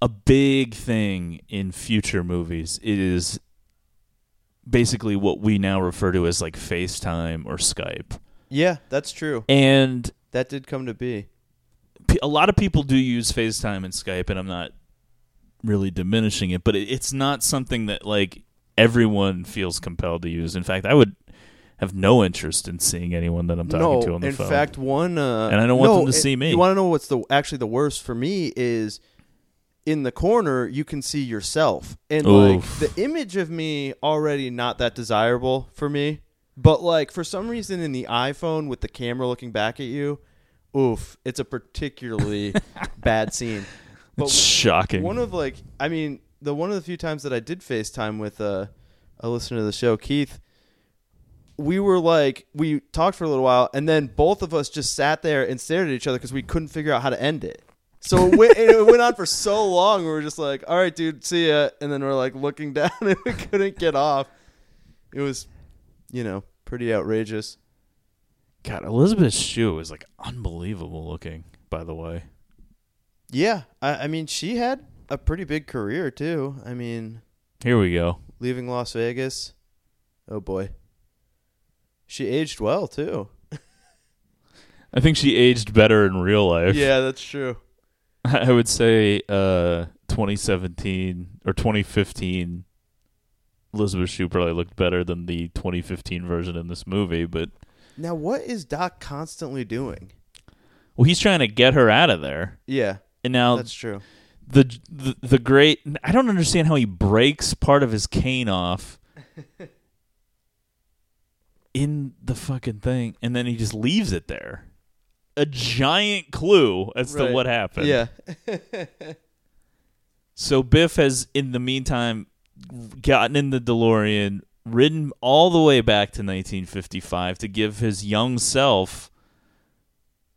a big thing in future movies is basically what we now refer to as like FaceTime or Skype.
Yeah, that's true.
And
That did come to be.
p- a lot of people do use FaceTime and Skype, and I'm not really diminishing it, but it, it's not something that like everyone feels compelled to use. In fact, I would have no interest in seeing anyone that I'm talking
no,
to on the
in
phone.
fact, one uh,
And I don't want
no,
them to
it-
see me.
You want to know what's the actually the worst for me is in the corner you can see yourself, and
Oof.
like the image of me already not that desirable for me. But like for some reason in the iPhone with the camera looking back at you, oof, it's a particularly bad scene. But
it's shocking.
one of like I mean the one of the few times that I did FaceTime with uh, a listener to the show, Keith. We were like we talked for a little while, and then both of us just sat there and stared at each other because we couldn't figure out how to end it. So it went, and it went on for so long. We were just like, "All right, dude, see ya," and then we're like looking down, and we couldn't get off. It was, you know, pretty outrageous.
God, Elizabeth Shue is like unbelievable looking, by the way.
Yeah, I, I mean, she had a pretty big career too. I mean,
Here we go.
leaving Las Vegas. Oh boy. She aged well too.
I think she aged better in real life.
that's true.
I would say uh 2017 or 2015 Elizabeth Shue probably looked better than the 2015 version in this movie, but
Now what is Doc constantly doing?
well he's trying to get her out of there.
Yeah,
And now
that's true.
the, the the great I don't understand how he breaks part of his cane off in the fucking thing and then he just leaves it there. A giant clue as to
Right.
what happened.
Yeah.
So Biff has, in the meantime, gotten in the DeLorean, ridden all the way back to 1955 to give his young self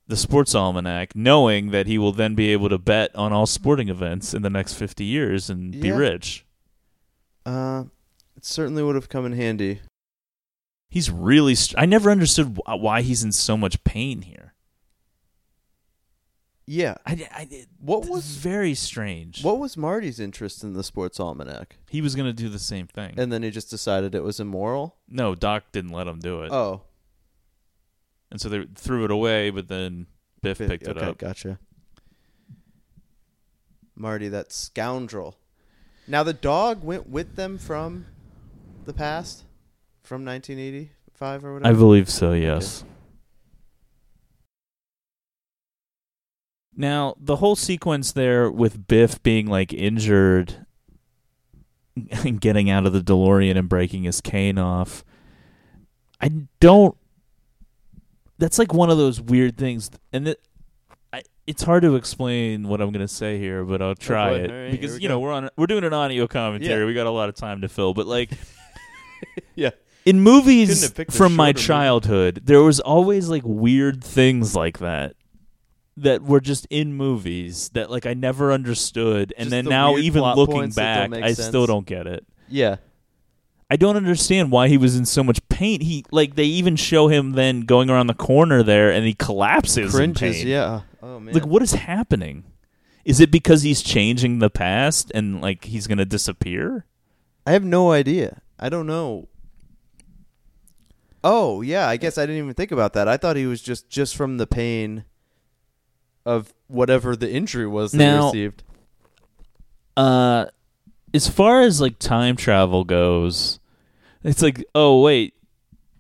the sports almanac, knowing that he will then be able to bet on all sporting events in the next 50 years and be
Yeah.
rich.
Uh, it certainly would have come in handy.
He's really. St- I never understood wh- why he's in so much pain here.
Yeah.
I, I,
What
this
was-
is very strange?
What was Marty's interest in the sports almanac?
he was going to do the same thing.
And then he just decided it was immoral.
no, Doc didn't let him do it,
Oh,
and so they threw it away. But then Biff
bi-
picked it
okay,
up.
Gotcha. Marty, that scoundrel. Now the dog went with them from the past, from 1985 or whatever.
I believe so, yes. Now, the whole sequence there with Biff being like injured and getting out of the DeLorean and breaking his cane off. I don't That's like one of those weird things and it, I, it's hard to explain what I'm going to say here, but I'll try
boy.
it
Oh, All right, here
because
we
you know,
go.
we're on we're doing an audio commentary.
Yeah.
We got a lot of time to fill, but like
yeah.
in
Couldn't
movies
have picked a
from my
shorter movie.
childhood, there was always like weird things like that that were just in movies that like I never understood, and
Just
then
the
now
weird
even
plot
looking
points that
back,
don't make
I still
sense.
don't get it.
Yeah.
I don't understand why he was in so much pain. He like they even show him then going around the corner there, and he collapses. in
Cringes.
pain.
Yeah. Oh man.
Like what is happening? Is it because he's changing the past and like he's gonna disappear?
I have no idea. I don't know. Oh yeah, I guess I didn't even think about that. I thought he was just just from the pain of whatever the injury was that
Now-
he received.
uh as far as like time travel goes it's like oh wait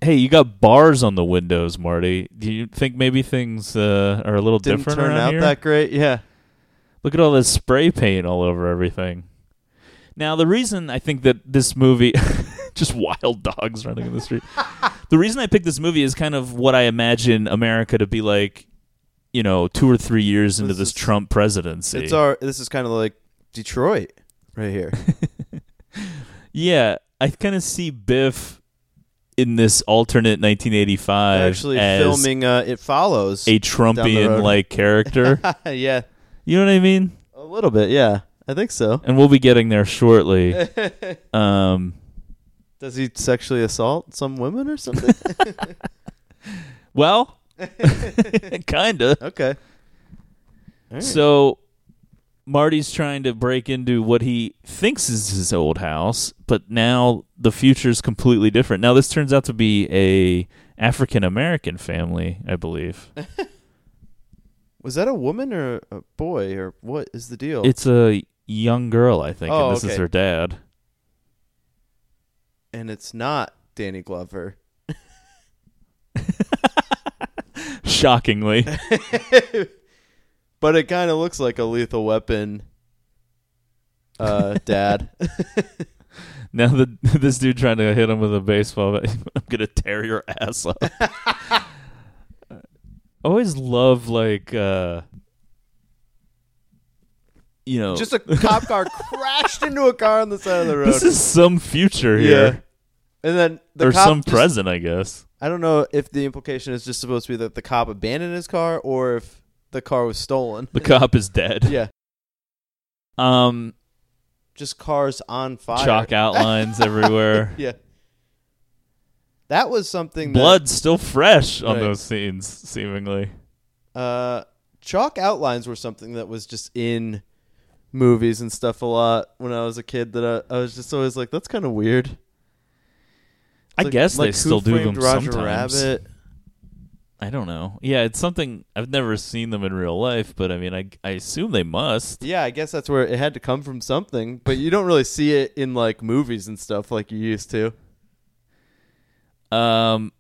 hey you got bars on the windows marty do you think maybe things uh, are a little
Didn't
different
turn
around
out
here?
that great. Yeah.
look at all this spray paint all over everything now the reason i think that this movie just wild dogs running in the street the reason i picked this movie is kind of what i imagine america to be like you know two or three years into
This
this
is-
trump presidency
It's our. This is kind of like Detroit, right here.
Yeah, I kind of see Biff in this alternate 1985
Actually,
as
filming uh, it follows.
a
road.
Trumpian like character.
yeah,
you know what I mean?
a little bit. Yeah, I think so.
And we'll be getting there shortly. um,
Does he sexually assault some women or something?
well, kinda.
okay. All right.
So Marty's trying to break into what he thinks is his old house, but now the future's completely different. Now this turns out to be a African American family, I believe.
was that a woman or a boy or what is the deal?
It's a young girl, I think,
Oh,
and this is
okay.
her dad.
and it's not Danny Glover.
Shockingly.
But it kind of looks like a lethal weapon. Uh, dad.
now that this dude trying to hit him with a baseball bat, I'm gonna tear your ass up. I always love like uh you know
Just a cop car crashed into a car on the side of the road.
this is some future here.
And then the
or
cop
some
just-
present, I guess.
I don't know if the implication is just supposed to be that the cop abandoned his car or if the car was stolen.
The cop is dead.
yeah,
Um
just cars on fire.
chalk outlines everywhere.
Yeah. That was something that-
Blood still fresh on
Right.
those scenes, seemingly.
uh chalk outlines were something that was just in movies and stuff a lot when I was a kid that I, I was just always like that's kind of weird.
I
Like-
guess
like
they
Who
still do
Framed
them
Roger
sometimes.
Rabbit.
I don't know. Yeah, it's something I've never seen them in real life, but I mean, I I assume they must.
Yeah, I guess that's where it had to come from something, but you don't really see it in like movies and stuff like you used to.
Um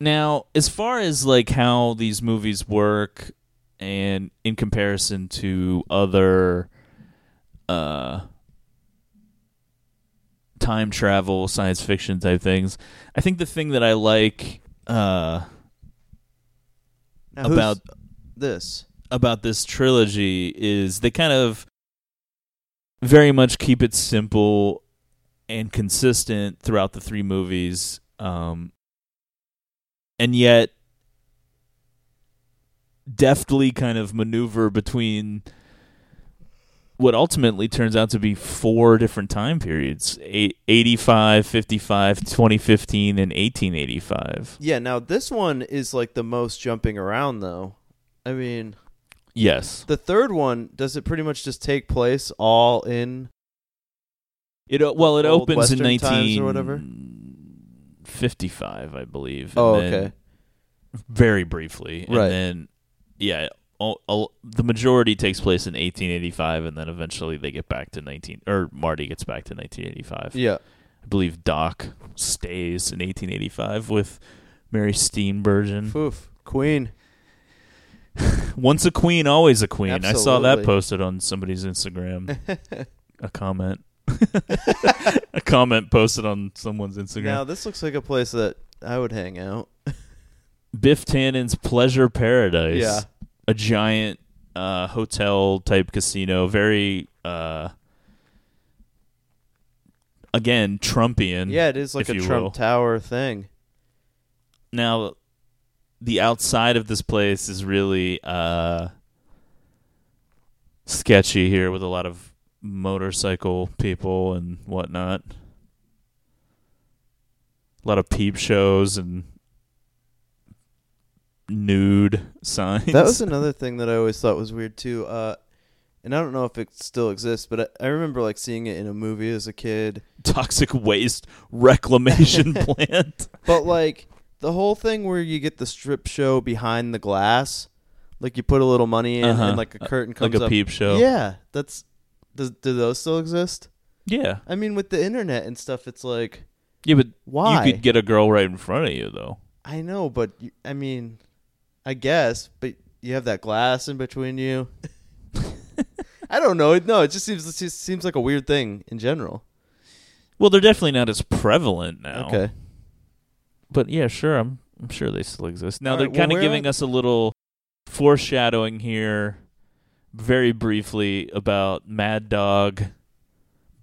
now, as far as like how these movies work and in comparison to other uh time travel science fiction type things, I think the thing that I like uh
Now, who's
about
this.
about this trilogy is they kind of very much keep it simple and consistent throughout the three movies um and yet deftly kind of maneuver between what ultimately turns out to be four different time periods eight, 85 55 2015 and 1885
Yeah, now this one is like the most jumping around though. I mean,
yes
the third one does it pretty much just take place all in
it o- well it
Old
opens
Western
in 19
times or whatever?
55 i believe and
Oh,
then
okay.
very briefly and
Right.
then yeah all, all, the majority takes place in 1885 and then eventually they get back to 19 or marty gets back to 1985
Yeah.
I believe Doc stays in 1885 with Mary Steenburgen.
Poof. Queen.
Once a queen, always a queen. I saw that
Absolutely.
posted on somebody's Instagram. a comment. a comment posted on someone's Instagram.
Now this looks like a place that I would hang out.
Biff Tannen's Pleasure Paradise.
Yeah.
A giant uh, hotel type casino, very uh, again, Trumpian.
Yeah, it is like
if
a
you
Trump
will.
Tower thing.
now the outside of this place is really uh sketchy here with a lot of motorcycle people and whatnot a lot of peep shows and nude signs
That was another thing that I always thought was weird too. Uh, and I don't know if it still exists, but I, I remember like seeing it in a movie as a kid.
toxic waste reclamation plant
But like the whole thing where you get the strip show behind the glass, like you put a little money in
Uh-huh.
and like a
Uh,
curtain comes
like a
up.
peep show
Yeah, that's. Does, do those still exist?
yeah
I mean, with the internet and stuff, it's like
yeah but
Why?
you could get a girl right in front of you though
I know, but you, I mean, I guess, but you have that glass in between you. I don't know. No, it just seems it just seems like a weird thing in general.
well they're definitely not as prevalent now
Okay.
but yeah, sure. I'm I'm sure they still exist. Now
All
they're
right, well,
kind of
where
giving
are-
us a little foreshadowing here, very briefly about Mad Dog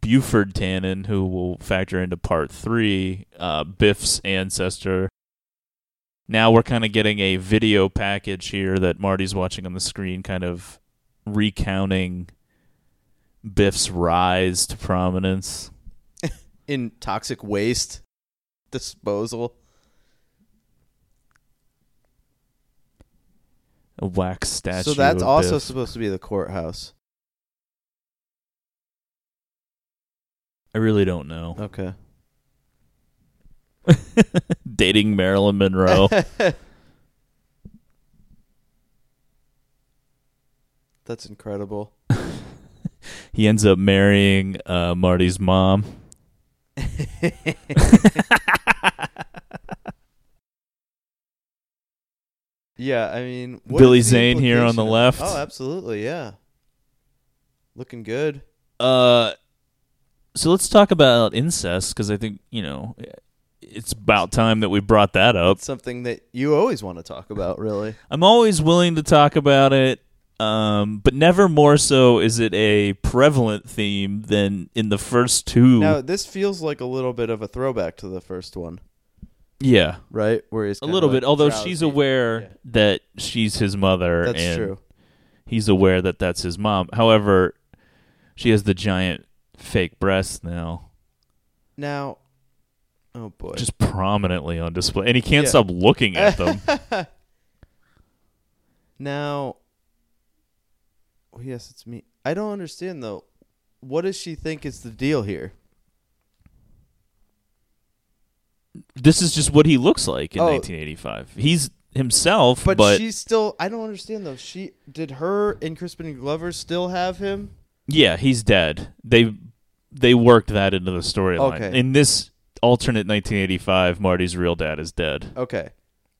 Buford Tannen, who will factor into part three, uh, Biff's ancestor. Now we're kind of getting a video package here that Marty's watching on the screen, kind of recounting Biff's rise to prominence.
In toxic waste disposal.
A wax statue.
so that's
of
also
Biff.
supposed to be the courthouse.
I really don't know.
Okay.
dating Marilyn Monroe.
That's incredible.
he ends up marrying uh, Marty's mom.
Yeah, I mean, what
Billy
is the
Zane here on the
implication
left.
of- Oh, absolutely, yeah. Looking good.
Uh, so let's talk about incest because I think you know it's about time that we brought that up.
Something that you always want to talk about, really.
I'm always willing to talk about it, um, but never more so is it a prevalent theme than in the first two.
Now, this feels like a little bit of a throwback to the first one,
yeah,
right? Where he's
a
kinda
little
like
bit. Although
drowsy.
she's aware
Yeah.
that she's his mother.
That's
and
true.
he's aware that that's his mom. However, she has the giant fake breasts now,
Now, oh boy,
just prominently on display, and he can't
Yeah.
stop looking at them.
now. Oh, yes, it's me. I don't understand though. What does she think is the deal here?
this is just what he looks like in
Oh.
1985. He's himself,
But,
but,
she's still. I don't understand though. She did her and Crispin Glover still have him?
yeah, he's dead. They they worked that into the storyline.
Okay.
In this alternate 1985, Marty's real dad is dead.
Okay,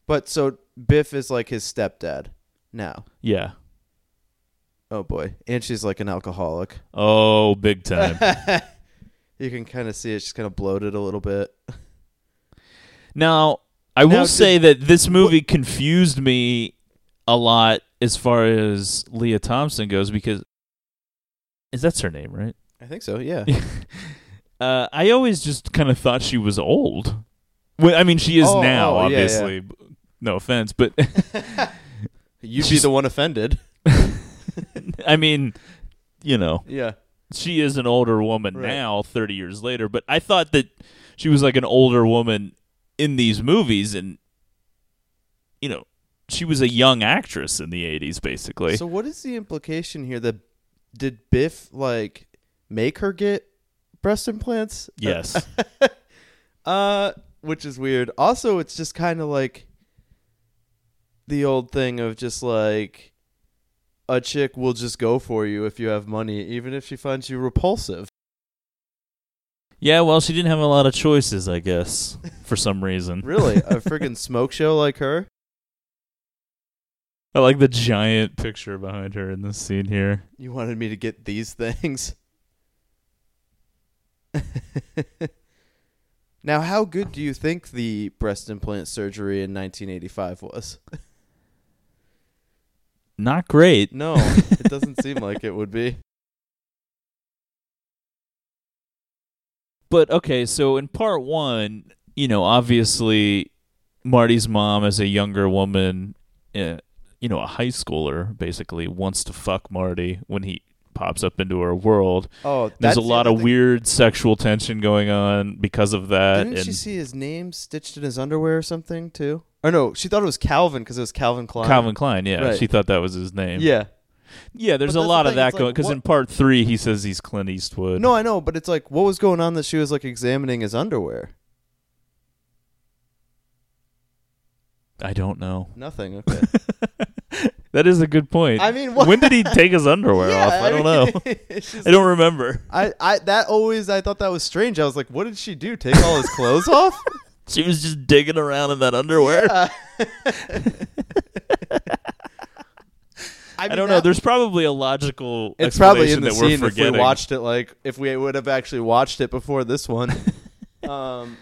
but so Biff is like his stepdad now.
Yeah.
Oh boy, and she's like an alcoholic.
Oh, big time.
You can kind of see it. She's kind of bloated a little bit.
Now, I
Now,
will
did-
say that this movie confused me a lot as far as Leah Thompson goes because is that's her name, right?
I think so. Yeah.
Uh, I always just kind of thought she was old. Well, I mean, she is
Oh,
now,
oh, yeah,
obviously. No offense, but
You'd be the one offended.
I mean, you know,
Yeah.
she is an older woman
Right.
now, 30 years later, but I thought that she was like an older woman in these movies and you know, she was a young actress in the 80s basically.
So uh, what is the implication here that did Biff like make her get breast implants?
yes.
Uh, which is weird. Also, it's just kind of like the old thing of just like a chick will just go for you if you have money, even if she finds you repulsive.
yeah, well, she didn't have a lot of choices, I guess, for some reason.
Really, a freaking smoke show like her?
I like the giant picture behind her in this scene here.
You wanted me to get these things. now, how good do you think the breast implant surgery in 1985 was?
Not great.
No, it doesn't seem like it would be.
But okay, so in part one, you know, obviously Marty's mom as a younger woman, uh, you know, a high schooler basically wants to fuck Marty when he pops up into her world.
Oh,
There's
that's
a
the
lot
other
of
thing.
weird sexual tension going on because of that.
Didn't
Uh, and
she see his name stitched in his underwear or something too? Or no, she thought it was Calvin because it was Calvin Klein.
Calvin Klein, yeah,
Right.
she thought that was his name.
Yeah.
yeah.
But that's
There's a
the
lot of
thing,
that
it's like,
going because
what-
in part three he says he's Clint Eastwood.
No, I know, but it's like, what was going on that she was like examining his underwear?
I don't know.
Nothing. Okay.
That is a good point.
I mean, what-
when did he take his underwear
Yeah,
off? I,
mean,
don't know.
it's just-
I don't remember.
I, I that always I thought that was strange. I was like, what did she do? Take all his clothes off?
She was just digging around in that underwear.
I,
I
mean,
don't know.
that-
There's probably a logical
it's
explanation
probably in the
that we're
scene if we
forgetting.
watched it like if we would have actually watched it before this one. um,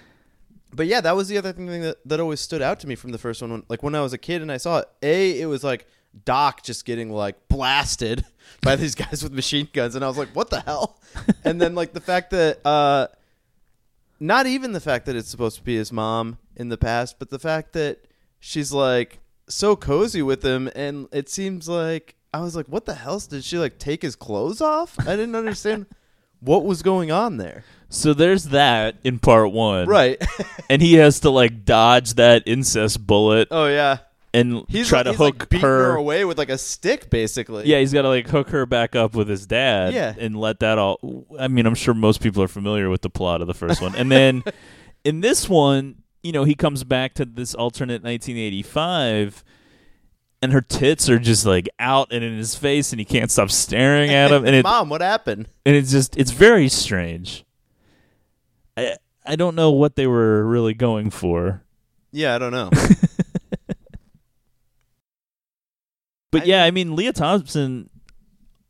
but yeah, that was the other thing that that always stood out to me from the first one. When, like when I was a kid and I saw it, a it was like Doc just getting like blasted by these guys with machine guns, and I was like, what the hell? and then like the fact that uh, not even the fact that it's supposed to be his mom in the past, but the fact that she's like so cozy with him, and it seems like I was like, what the hell did she like take his clothes off? I didn't understand what was going on there.
so there's that in part one,
Right.
And he has to like dodge that incest bullet
oh yeah.
and
He's
try
like,
to
he's, like,
hook
beating her.
her.
away with like a stick, basically.
Yeah, he's got to like hook her back up with his dad,
Yeah.
and let that all. I mean, I'm sure most people are familiar with the plot of the first one, and then in this one, you know, he comes back to this alternate 1985. And her tits are just like out and in his face, and he can't stop staring at him. And it,
Mom, what happened?
and it's just it's very strange. I I don't know what they were really going for,
Yeah, I don't know.
but
I
yeah, I mean Leah Thompson,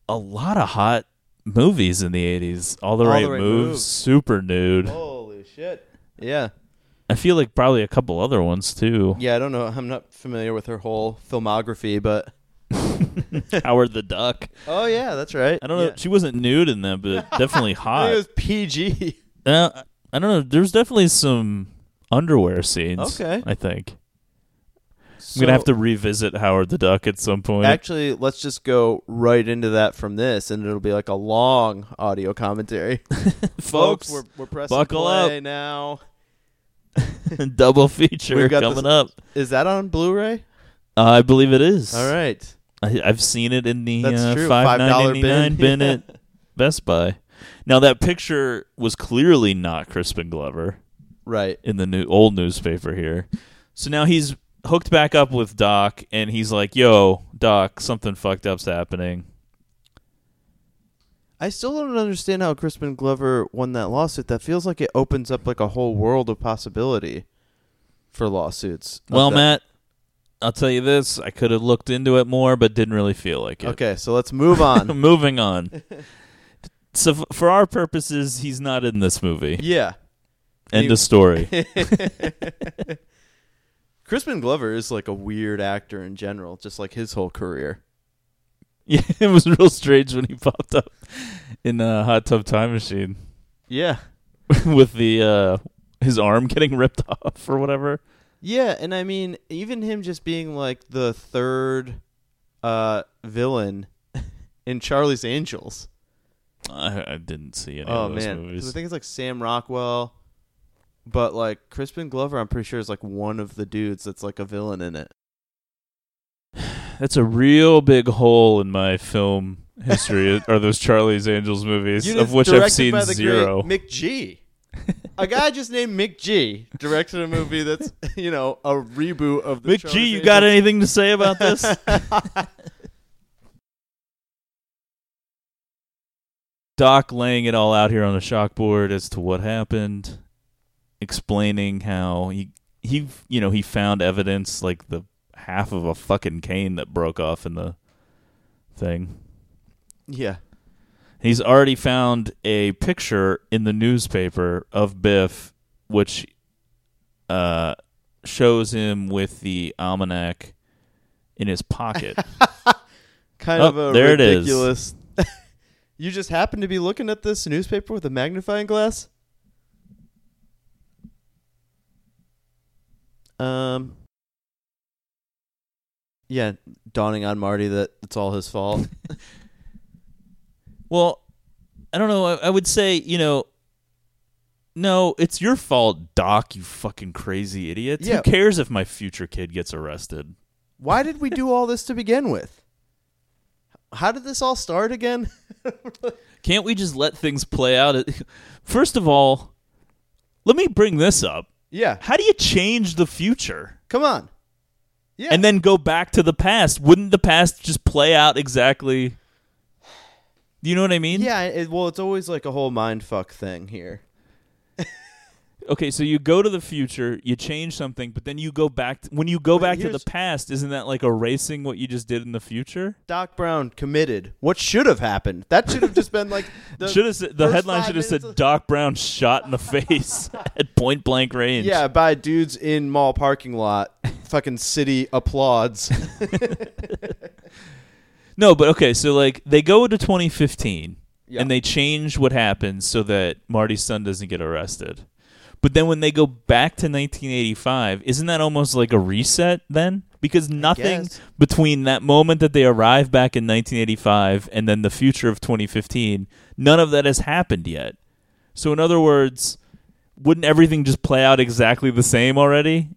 a lot of hot movies in the eighties. All the
All
right,
the Right
moves,
Moves.
super nude.
Holy shit. Yeah.
I feel like probably a couple other ones too.
Yeah, I don't know. I'm not familiar with her whole filmography, but
Howard the Duck.
oh yeah, that's right.
I don't know. She wasn't nude in that, but definitely
I
hot.
think it was PG.
Uh, I don't know. There's definitely some underwear scenes.
Okay.
I think I'm gonna have to revisit Howard the Duck at some point.
Actually, let's just go right into that from this, and it'll be like a long audio commentary.
folks,
we're, we're pressing
buckle
play now.
double feature
We've got
coming
this-
up.
Is that on Blu-ray?
Uh, I believe it is.
All right,
I, I've seen it in the
That's
uh,
true.
five
$5
ninety nine
bin.
bin at Best Buy. Now that picture was clearly not Crispin Glover
right.
in the new old newspaper here. So now he's hooked back up with Doc, and he's like, "Yo, Doc, something fucked up's happening."
I still don't understand how Crispin Glover won that lawsuit. That feels like it opens up like a whole world of possibility for lawsuits. of
well,
that-
Matt, I'll tell you this: I could have looked into it more, but didn't really feel like it.
Okay, so let's move on.
Moving on. So, f- for our purposes, he's not in this movie.
yeah,
End
He-
of story.
Crispin Glover is like a weird actor in general, just like his whole career.
yeah, it was real strange when he popped up in uh, Hot Tub Time Machine
Yeah.
with the uh, his arm getting ripped off or whatever.
Yeah, and I mean, even him just being like the third uh, villain in Charlie's Angels.
I, I didn't see any
oh
of those
man, 'Cause
movies.
I think it's like Sam Rockwell, but like Crispin Glover, I'm pretty sure is like one of the dudes that's like a villain in it.
That's a real big hole in my film history. are those Charlie's Angels movies,
You
of
just
which
directed
I've seen
by the great
zero.
Mick G. a guy just named Mick G directed a movie that's you know a reboot of the
Mick G,
Charlie's
you got
Angels.
anything to say about this? Doc laying it all out here on the chalkboard as to what happened, explaining how he he you know he found evidence like the half of a fucking cane that broke off in the thing.
Yeah,
He's already found a picture in the newspaper of Biff, which uh, shows him with the almanac in his pocket.
kind
Oh,
of a
there it is.
ridiculous. you just happen to be looking at this newspaper with a magnifying glass. Um. Yeah, dawning on Marty that it's all his fault.
well, I don't know. I, I would say, you know, no, it's your fault, Doc, you fucking crazy idiot.
Yeah.
Who cares if my future kid gets arrested?
Why did we do all this to begin with? How did this all start again?
Can't we just let things play out? First of all, let me bring this up.
yeah,
How do you change the future?
come on. Yeah,
and then go back to the past. Wouldn't the past just play out exactly? Do you know what I mean?
yeah. It, well, it's always like a whole mind fuck thing here.
Okay, so you go to the future, you change something, but then you go back. when you go
But
back to the
here's-
past, isn't that like erasing what you just did in the future?
Doc Brown committed. What should have happened? That should have just been like the
should have the
first
headline
five
should have said
minutes of-
Doc Brown shot in the face at point blank range.
Yeah, by dudes in mall parking lot. Fucking city applauds.
No, but okay, so like they go to 2015
Yeah.
and they change what happens so that Marty's son doesn't get arrested. But then when they go back to 1985, isn't that almost like a reset then? Because nothing
guess.
between that moment that they arrive back in 1985 and then the future of 2015, none of that has happened yet. So in other words, wouldn't everything just play out exactly the same already?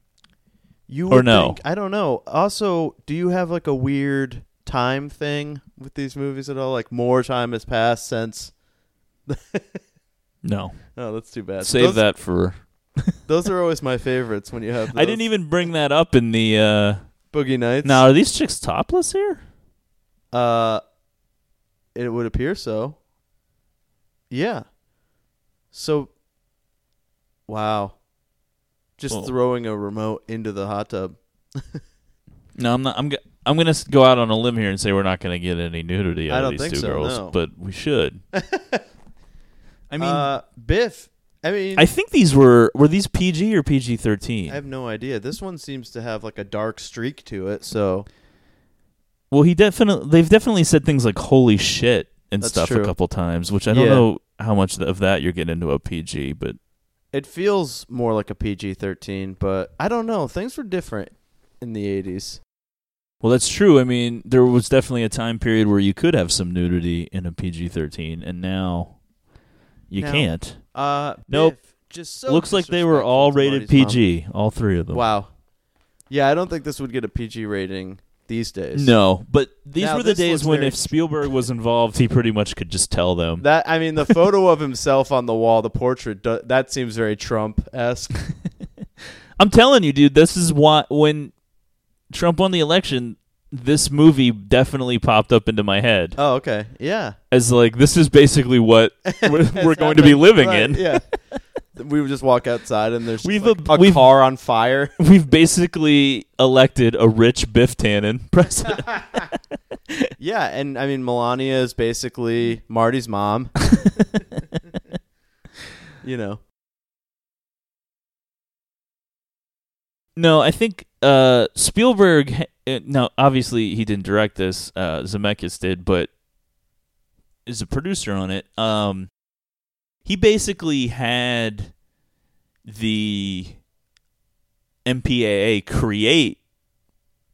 You
Or
would
no.
think- I don't know. Also, do you have like a weird time thing with these movies at all? Like more time has passed since.
No.
Oh, that's too bad.
Save
Those-
that for
Those are always my favorites when you have. Those.
I didn't e- even bring that up in the uh
boogie nights.
Now, are these chicks topless here?
Uh, it would appear so. Yeah. So. Wow. Just
Well-
throwing a remote into the hot tub.
No, I'm not. I'm go- I'm gonna s- go out on a limb here and say we're not gonna get any nudity
I
out
don't
of these
think
two
so,
girls,
no.
but we should. I mean,
uh, Biff. I mean,
I think these were were these PG or PG
I
thirteen.
have no idea. This one seems to have like a dark streak to it. So
Well, he definitely they've definitely said things like "holy shit" and
That's
stuff
true.
a couple times, which I don't
Yeah.
know how much of that you're getting into a PG, but
it feels more like a PG thirteen, but I don't know. Things were different in the eighties.
Well, that's true. I mean, there was definitely a time period where you could have some nudity in a PG 13, and now you
Now-
can't.
Uh,
Nope.
Biff, just so
Looks like they were all rated
disrespectful to Marty's mom.
PG, all three of them.
Wow. Yeah, I don't think this would get a PG rating these days.
No, but these
Now,
were the
this
days
looks
when
very-
if Spielberg was involved, he pretty much could just tell them.
That I mean, the photo of himself on the wall, the portrait, do, that seems very Trump esque.
I'm telling you, dude, this is why when Trump won the election, this movie definitely popped up into my head
Oh, okay, yeah.
as like this is basically what we're, we're
It's
going to be
happened.
living
Right,
in.
Yeah. we would just walk outside and there's
We've
we've like
a-
a,
we've-
car on fire.
We've basically elected a rich Biff Tannen president.
Yeah, and I mean Melania is basically Marty's mom. you know.
No, I think uh, Spielberg. uh, Now, obviously, he didn't direct this. Uh, Zemeckis did, but is a producer on it. Um, he basically had the MPAA create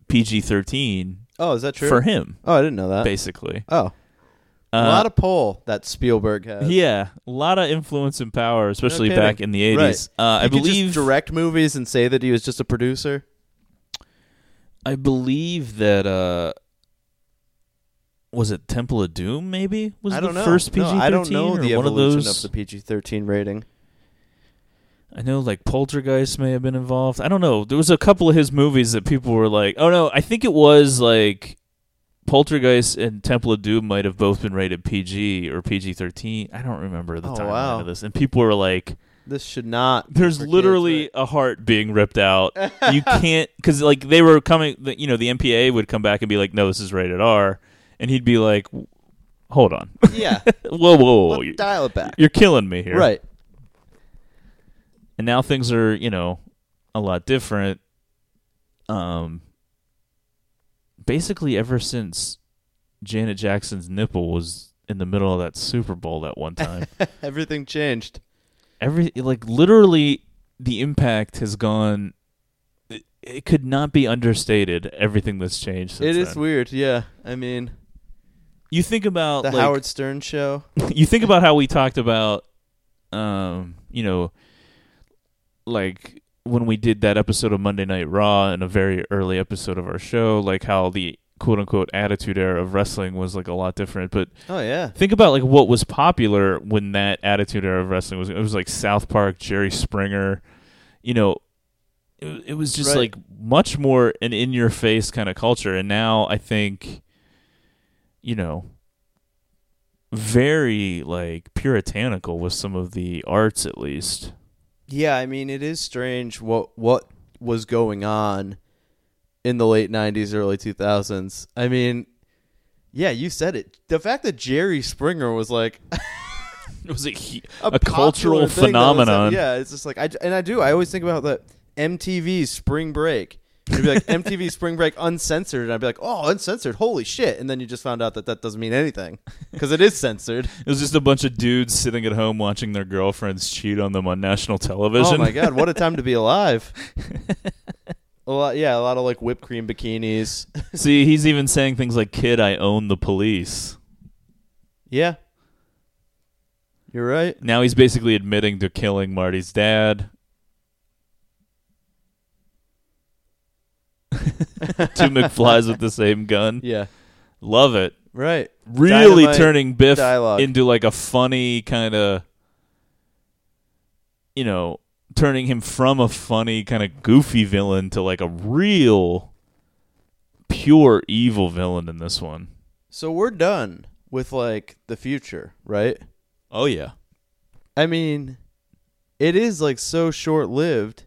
PG thirteen
Oh, is that true?
for him,
oh, I didn't know that.
basically.
Oh,
Uh,
a lot of pull that Spielberg has.
yeah, a lot of influence and power, especially
kidding.
back in the eighties.
Right.
Uh, I
You could just
believe
direct movies and say that he was just a producer.
I believe that uh, was it Temple of Doom? Maybe was
I
the
don't know.
first PG
No,
thirteen
I don't know
or
the
one of
evolution
those.
the PG-13 rating.
I know like Poltergeist may have been involved. I don't know. There was a couple of his movies that people were like, "Oh no, I think it was like Poltergeist and Temple of Doom might have both been rated PG or PG-13." I don't remember the
Oh,
timeline
wow.
of this. And people were like,
This should not. be
"There's
for kids,
literally
right?
a heart being ripped out. you can't cuz like they were coming, the- you know, the MPA would come back and be like, "No, this is rated R." And he'd be like, "Hold on.
yeah.
whoa, whoa, whoa.
Let's
You-
dial it back.
You're killing me here."
Right.
and now things are you know a lot different um basically ever since janet jackson's nipple was in the middle of that super bowl that one time
Everything changed.
every like literally the impact has gone it, it could not be understated everything that's changed
it
since
is
then.
weird. Yeah. I mean,
you think about
the
like,
Howard Stern show.
you think about how we talked about um you know like when we did that episode of Monday Night Raw in a very early episode of our show like how the quote unquote attitude era of wrestling was like a lot different but
Oh yeah.
think about like what was popular when that attitude era of wrestling was it was like South Park Jerry Springer you know it, it was just
Right.
like much more an in your face kind of culture and now i think you know very like puritanical with some of the arts at least
Yeah, I mean it is strange what what was going on in the late 90s early 2000s. I mean, yeah, you said it. The fact that Jerry Springer was like
it was a, hu-
a,
a cultural
popular thing that was-
phenomenon
yeah, it's just like I and I do. I always think about that MTV Spring Break. It'd be like MTV Spring Break uncensored, and I'd be like, "Oh, uncensored! Holy shit!" And then you just found out that that doesn't mean anything because it is censored.
it was just a bunch of dudes sitting at home watching their girlfriends cheat on them on national television
Oh my god, what a time to be alive! A lot, yeah, a lot of like whipped cream bikinis.
see he's even saying things like kid i own the police
Yeah, you're right.
now he's basically admitting to killing Marty's dad. Two McFlies with the same gun.
Yeah,
Love it.
right.
Really
Dynamite
turning Biff
dialogue.
into like a funny kind of, you know, turning him from a funny kind of goofy villain to like a real, pure evil villain in this one.
So we're done with like the future, right?
Oh yeah.
I mean, it is like so short lived.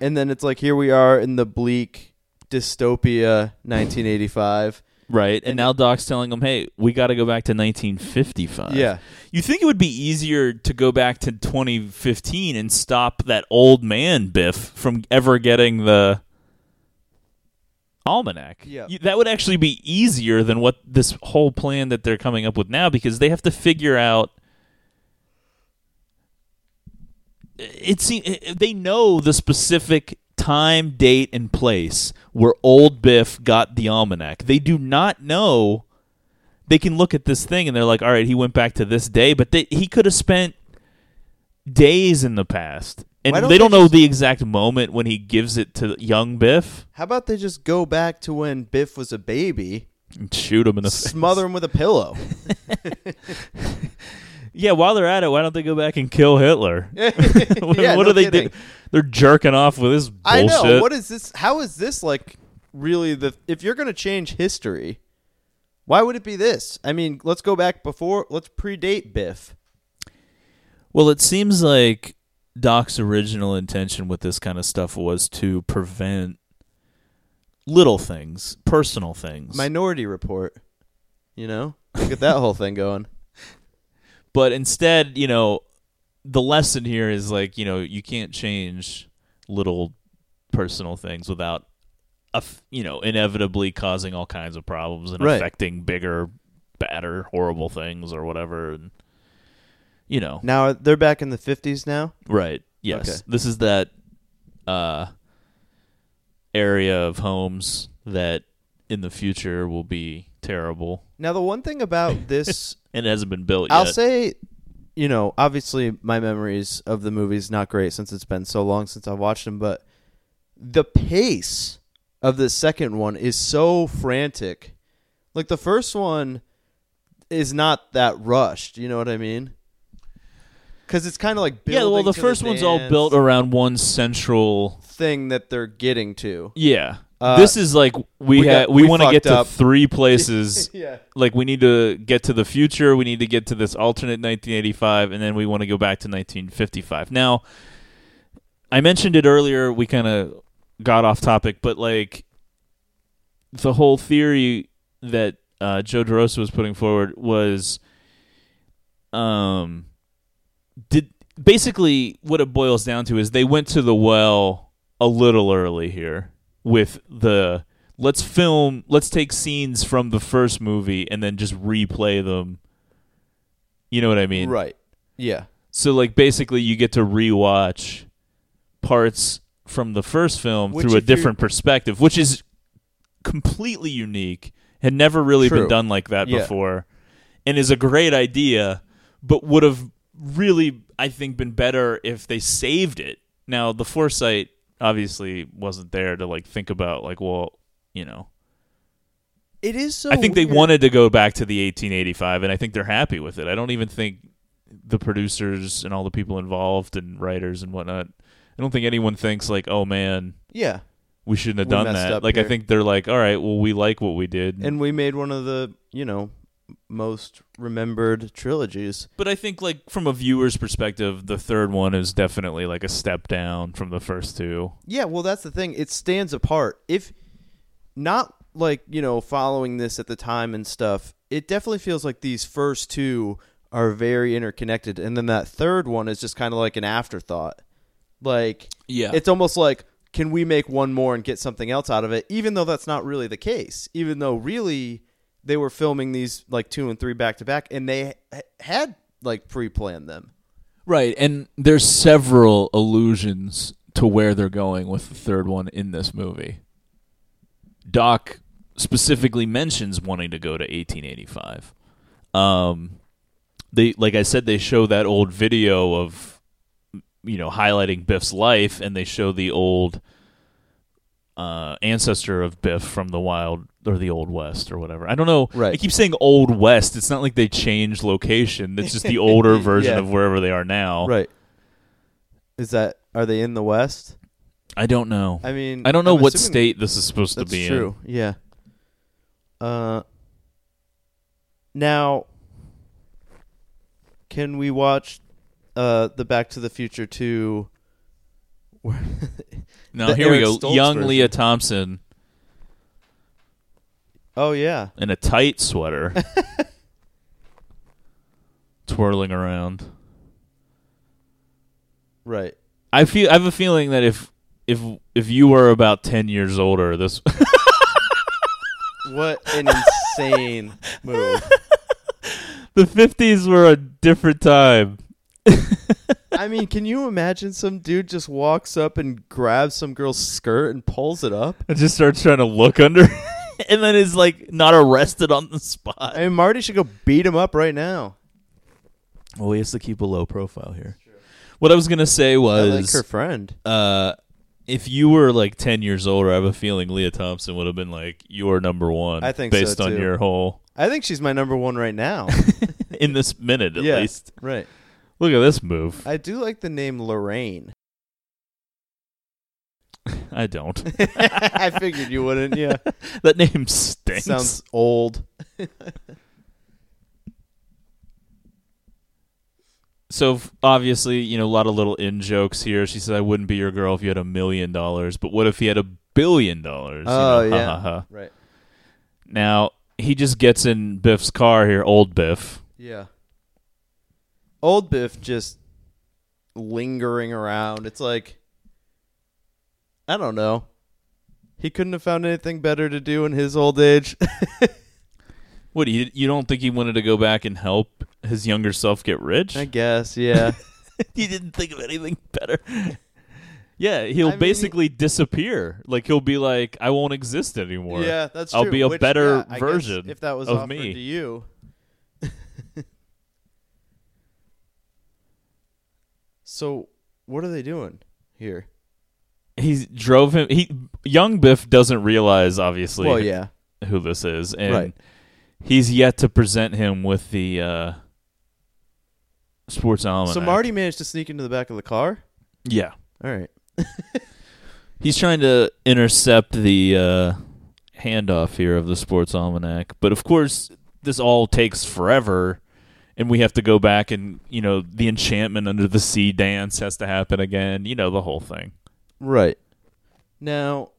And then it's like here we are in the bleak dystopia 1985.
Right. And, now Doc's telling him, hey, we got to go back to 1955.
Yeah.
You think it would be easier to go back to 2015 and stop that old man Biff from ever getting the almanac?
Yeah.
You- That would actually be easier than what this whole plan that they're coming up with now because they have to figure out. It seems they know the specific time, date, and place where old Biff got the almanac. They do not know they can look at this thing and they're like, all right, he went back to this day, but they, he could have spent days in the past. And
Why don't
they don't
they
know
just-
the exact moment when he gives it to young Biff
How about they just go back to when Biff was a baby,
and shoot him in the face.
smother him with a pillow?
Yeah, while they're at it, why don't they go back and kill Hitler? what
Yeah, no
what do they
kidding.
do? They're jerking off with this
I
bullshit.
know. What is this? How is this like really the if you're going to change history, why would it be this? I mean, let's go back before, let's predate Biff.
Well, it seems like Doc's original intention with this kind of stuff was to prevent little things, personal things.
Minority report, you know? Look at that whole thing going.
But instead, you know, the lesson here is like, you know, you can't change little personal things without, aff- you know, inevitably causing all kinds of problems and
Right.
affecting bigger, badder, horrible things or whatever. And, you know,
Now they're back in the 50s now.
right. Yes.
Okay.
This is that uh, area of homes that in the future will be terrible.
Now, the one thing about this,
And it hasn't been built yet.
I'll say, you know, obviously my memories of the movie's not great since it's been so long since I've watched them, but the pace of the second one is so frantic. Like the first one is not that rushed. You know what I mean? Because it's kind of like
yeah, well,
building
the
to
first one's all
dance
built around one central.
thing that they're getting to.
Yeah,
Uh,
this is like we
we
ha-
got-
we,
we
want to get
fucked
to
up.
three places.
Yeah.
Like we need to get to the future. We need to get to this alternate 1985, and then we want to go back to 1955. Now, I mentioned it earlier. We kind of got off topic, but like the whole theory that uh, Joe DeRosa was putting forward was, um, did basically what it boils down to is they went to the well a little early here with the let's film let's take scenes from the first movie and then just replay them you know what i mean
Right. Yeah.
so like basically you get to rewatch parts from the first film
Which
through a
if you're-
different perspective which is completely unique had never really been
True.
done like that
Yeah.
before and is a great idea but would have really i think been better if they saved it now the foresight obviously wasn't there to like think about like well you know
It is so.
I think they
weird.
wanted to go back to the 1885, and I think they're happy with it. I don't even think the producers and all the people involved and writers and whatnot. I don't think anyone thinks like, "Oh man,
Yeah,
we shouldn't have
We
done
messed
that."
up
Like I
here.
think they're like, "All right, well, we like what we did."
and we made one of the you know most remembered trilogies.
but I think like from a viewer's perspective, the third one is definitely like a step down from the first two.
Yeah, well, that's the thing. It stands apart. If not like you know following this at the time and stuff, it definitely feels like these first two are very interconnected, and then that third one is just kind of like an afterthought. Like,
Yeah.
it's almost like can we make one more and get something else out of it even though that's not really the case even though really they were filming these like two and three back to back and they ha- had like pre-planned them
Right, and there's several allusions to where they're going with the third one in this movie. Doc specifically mentions wanting to go to 1885. Um, they, like I said, they show that old video of, you know, highlighting Biff's life, and they show the old uh, ancestor of Biff from the Wild or the Old West or whatever. I don't know.
Right.
I keep saying Old West. It's not like they changed location. It's just the older version
Yeah.
of wherever they are now.
right is that are they in the west
I don't know.
i mean
I don't know
I'm
what
assuming
state this is supposed
that's
to be
true yeah uh now can we watch uh the back to the future 2
in. No,
The
here we
Eric
go.
Stoltz
Young
version.
Leah Thompson
oh yeah
in a tight sweater, twirling around.
right
I feel. I have a feeling that if if if you were about ten years older, this
What an insane move.
the fifties were a different time.
I mean, can you imagine some dude just walks up and grabs some girl's skirt and pulls it up?
I just started trying to look under, and then is like not arrested on the spot.
I mean, Marty should go beat him up right now.
Well, he has to keep a low profile here. What I was gonna say was
I like her friend.
uh, if you were like 10 years older, I have a feeling Leah Thompson would have been like your number one.
I think so,
based on
too.
your whole
I think she's my number one right now.
in this minute at
Yeah,
least.
Right.
Look at this move.
I do like the name Lorraine.
I don't.
I figured you wouldn't, yeah.
that name stinks.
Sounds old.
so f- obviously, you know, a lot of little in jokes here. She said, "I wouldn't be your girl if you had a million dollars, but what if he had a billion dollars?" You
Oh,
know, ha,
yeah.
ha, ha.
Right.
Now he just gets in Biff's car here, old Biff.
Yeah. Old Biff just lingering around. It's like I don't know. He couldn't have found anything better to do in his old age.
What you you don't think he wanted to go back and help his younger self get rich?
I guess, yeah.
you didn't think of anything better. Yeah, he'll
I mean, he-
basically disappear. Like he'll be like, I won't exist anymore.
yeah, that's true.
I'll be a
Which, yeah,
better
I guess
version
if that was
of
offered
me.
to you. so what are they doing here?
He drove him. He young Biff doesn't realize obviously
Well, yeah,
who this is, and
Right.
he's yet to present him with the uh, sports almanac.
so Marty managed to sneak into the back of the car.
yeah,
All right,
he's trying to intercept the uh, handoff here of the sports almanac, but of course this all takes forever. And we have to go back, and you know the enchantment under the sea dance has to happen again. You know the whole thing.
right. Now,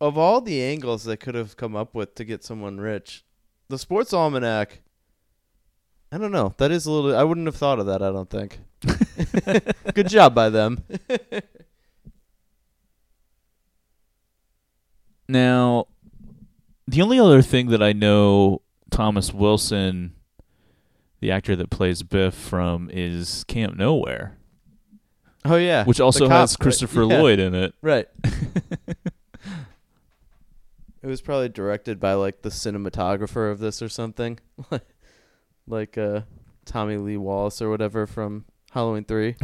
of all the angles they could have come up with to get someone rich, the sports almanac. I don't know. That is a little. I wouldn't have thought of that. I don't think. Good job by them.
Now, the only other thing that I know Thomas Wilson, the actor that plays Biff from, is Camp Nowhere,
Oh yeah,
which
The
also
cop,
has
right?
Christopher
Yeah.
Lloyd in it.
Right. it was probably directed by like the cinematographer of this or something. like uh Tommy Lee Wallace or whatever from Halloween 3.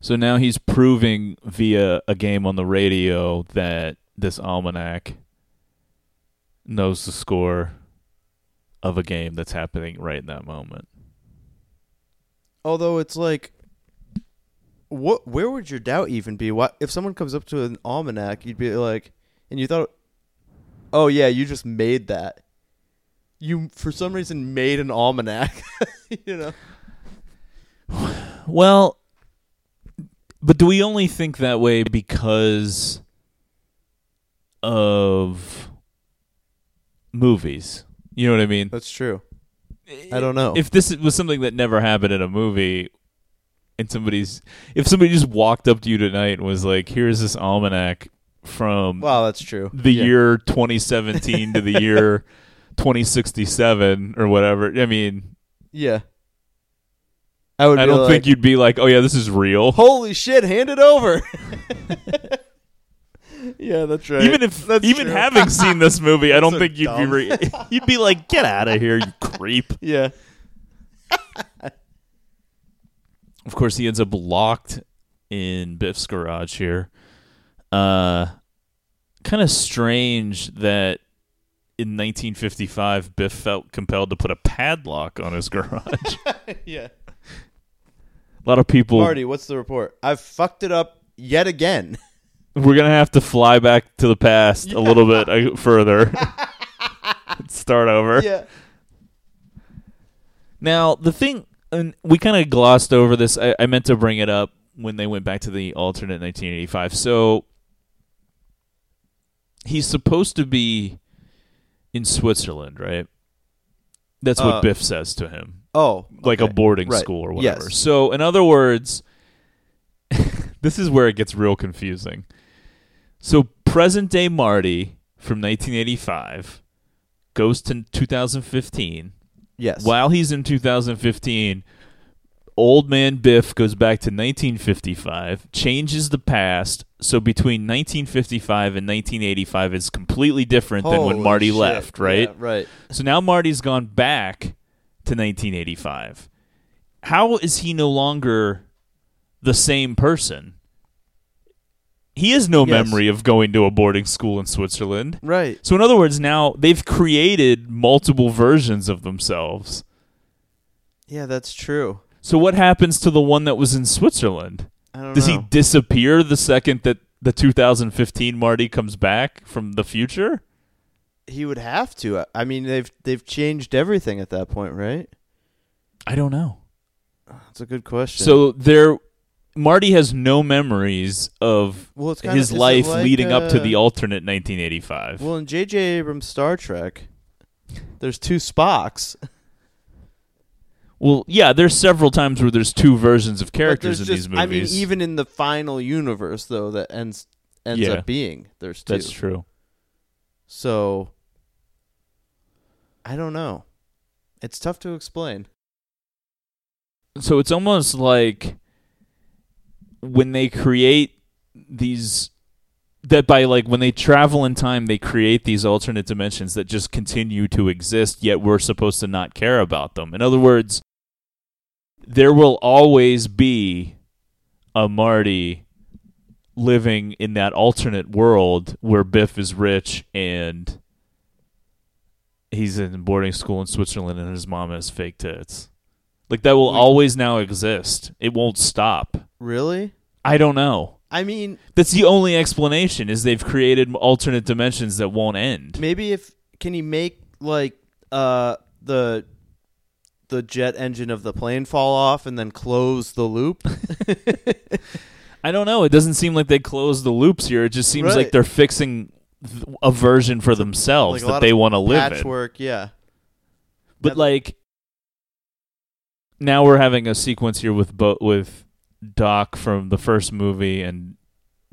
So now he's proving via a game on the radio that this almanac knows the score of a game that's happening right in that moment.
Although it's like what where would your doubt even be? Why if someone comes up to an almanac, you'd be like and you thought Oh yeah, you just made that. You for some reason made an almanac, you know.
Well, but do we only think that way because of movies? You know what I mean?
That's true. I don't know.
If this was something that never happened in a movie and somebody's if somebody just walked up to you tonight and was like, "Here's this almanac from
Wow, that's true.
the
Yeah.
year 2017 to the year 2067 or whatever." I mean,
Yeah. I would.
I
be
don't
like,
think you'd be like, "Oh yeah, this is real."
Holy shit! Hand it over. yeah, that's right.
Even if
That's
even
true.
having seen this movie, I don't
so
think you'd
dumb.
be re- you'd be like, get out of here, you creep.
yeah,
Of course, he ends up locked in Biff's garage here. Uh, kind of strange that in 1955 Biff felt compelled to put a padlock on his garage. a
yeah.
lot of people.
Marty, what's the report? I've fucked it up yet again.
We're gonna have to fly back to the past a little bit uh, further. Start over.
yeah.
Now the thing, and we kind of glossed over this. I, I meant to bring it up when they went back to the alternate 1985. So he's supposed to be in Switzerland, right? That's what
Uh,
Biff says to him,
Oh,
like
okay.
a boarding
Right.
school or
Yes.
whatever. So in other words, this is where it gets real confusing. So present day Marty from 1985 goes to 2015.
Yes.
While he's in 2015, old man Biff goes back to 1955, changes the past. So between 1955 and 1985 is completely different than when
Holy
Marty
shit.
left, right?
Yeah, right.
So now Marty's gone back to 1985. How is he no longer the same person? He has no
Yes.
memory of going to a boarding school in Switzerland.
Right.
So in other words, now they've created multiple versions of themselves.
Yeah, that's true.
So what happens to the one that was in Switzerland?
I don't
Does
know.
he disappear the second that the 2015 Marty comes back from the future?
He would have to. I- I mean, they've they've changed everything at that point, right?
I don't know.
That's a good question.
So there Marty has no memories of
Well, it's kinda-
his
is it
life
like,
leading up to
uh,
the alternate 1985.
well, in J.J. Abrams' Star Trek, there's two Spocks.
Well, yeah, there's several times where there's two versions of
But
characters in
there's
these
just-
movies.
I mean, even in the final universe, though, that ends ends
Yeah.
up being there's two.
That's true.
So I don't know. It's tough to explain.
so it's almost like when they create these that by like when they travel in time they create these alternate dimensions that just continue to exist yet we're supposed to not care about them in other words there will always be a marty living in that alternate world where biff is rich and he's in boarding school in switzerland and his mom has fake tits like that will always now exist it won't stop
Really?
i don't know
I mean,
that's the only explanation is they've created alternate dimensions that won't end.
maybe if can he make like uh the the jet engine of the plane fall off and then close the loop?
I don't know. It doesn't seem like they close the loops here. It just seems
Right.
like they're fixing th- a version for themselves
like a
that
lot
they
of
want to live in.
Patchwork, yeah.
But like now we're having a sequence here with Bo- with Doc from the first movie and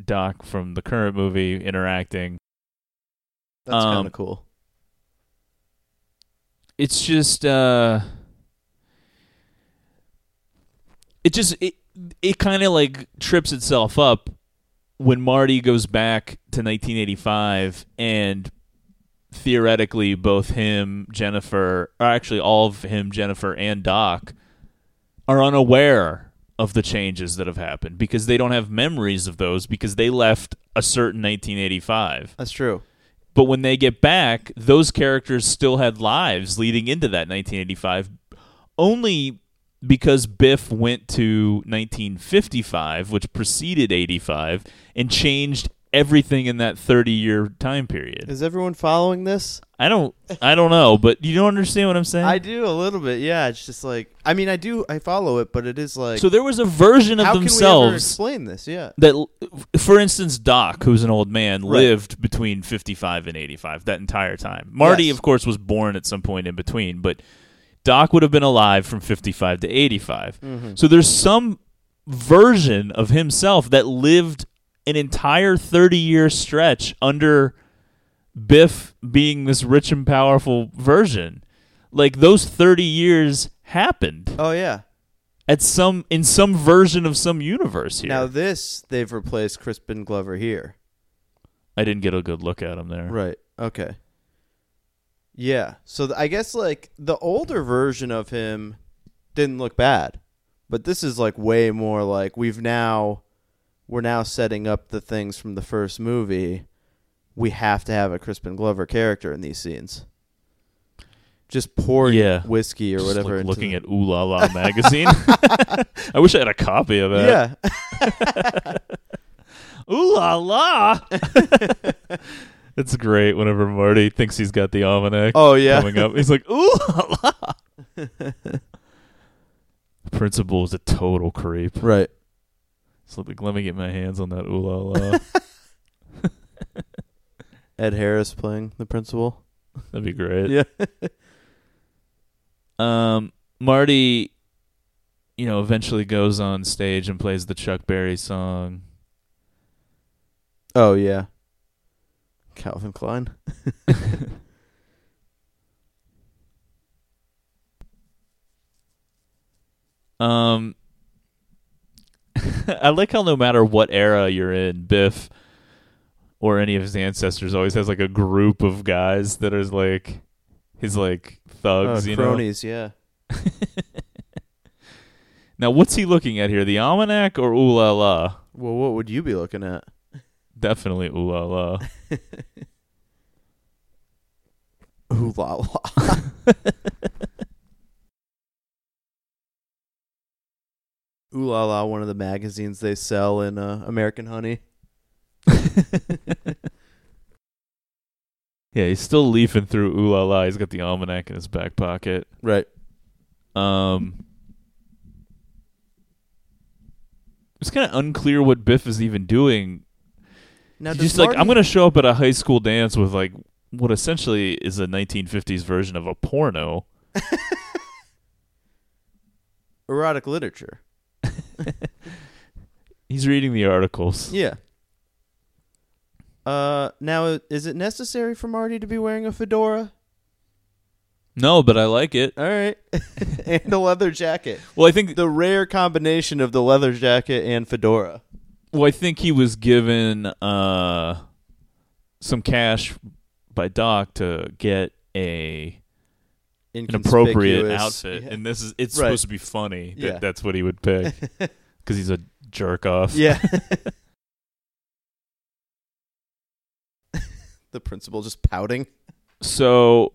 Doc from the current movie interacting.
That's
Um,
kind of cool.
it's just uh it just it it kind of like trips itself up when Marty goes back to 1985 and theoretically both him, Jennifer, or actually all of him, Jennifer and Doc are unaware of the changes that have happened because they don't have memories of those because they left a certain 1985.
That's true.
But when they get back, those characters still had lives leading into that 1985, only because Biff went to 1955, which preceded 85, and changed everything in that 30 year time period.
Is everyone following this?
I don't, I don't know, but you don't understand what I'm saying.
I do a little bit. Yeah, it's just like I mean, I do I follow it, but it is like
so there was a version of
how can we ever
themselves
explain this? Yeah.
that, l- for instance, Doc, who's an old man,
Right.
lived between 55 and 85 that entire time. Marty,
Yes.
of course, was born at some point in between, but Doc would have been alive from 55 to 85.
Mm-hmm.
So there's some version of himself that lived an entire 30 year stretch under Biff being this rich and powerful version. Like those 30 years happened
Oh yeah.
at some in some version of some universe here.
Now this they've replaced Crispin Glover here.
I didn't get a good look at him there.
Right. Okay. Yeah. So th- I guess like the older version of him didn't look bad, but this is like way more like we've now we're now setting up the things from the first movie. We have to have a Crispin Glover character in these scenes. Just pouring
Yeah.
whiskey or
Just,
whatever.
like,
into
looking
the-
at Ooh La La magazine. I wish I had a copy of it.
yeah,
Ooh La La. it's great whenever Marty thinks he's got the almanac.
Oh, yeah.
coming up, he's like Ooh La La. Principal is a total creep.
right.
So like, let me get my hands on that Ooh La La.
Ed Harris playing the principal.
That'd be great.
Yeah,
Um, Marty, you know, eventually goes on stage and plays the Chuck Berry song.
Oh yeah. Calvin Klein.
Um, I like how no matter what era you're in, Biff or any of his ancestors always has like a group of guys that is like his like thugs,
oh,
you know.
cronies, yeah.
Now, what's he looking at here? The almanac or ooh la la?
Well, what would you be looking at?
Definitely ooh la la.
Ooh la la. Ooh la la, one of the magazines they sell in uh, American Honey.
yeah, he's still leafing through ooh la la. He's got the almanac in his back pocket.
Right.
Um, it's kind of unclear what Biff is even doing
Now,
He's
does
just like
Marty-
I'm gonna show up at a high school dance with like what essentially is a 1950s version of a porno.
erotic literature.
He's reading the articles.
Yeah. Uh, now is it necessary for Marty to be wearing a fedora?
No, but I like it.
All right. and a leather jacket.
Well, I think
The rare combination of the leather jacket and fedora.
Well, I think he was given uh, some cash by Doc to get a an appropriate
Inconspicuous.
outfit, and this is it's
Right.
supposed to be funny. That,
Yeah.
That's what he would pick because he's a jerk off.
Yeah. the principal just pouting.
So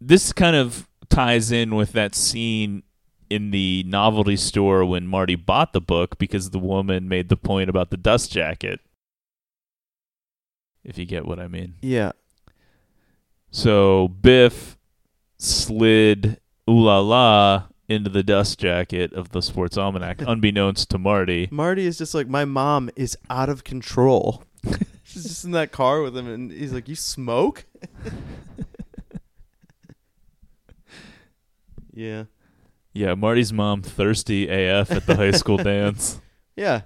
this kind of ties in with that scene in the novelty store when Marty bought the book because the woman made the point about the dust jacket. If you get what I mean.
Yeah.
So Biff slid ooh la la into the dust jacket of the sports almanac, unbeknownst to Marty.
Marty is just like, my mom is out of control. She's just in that car with him, and he's like, you smoke? yeah.
Yeah, Marty's mom thirsty AF at the high school dance.
Yeah.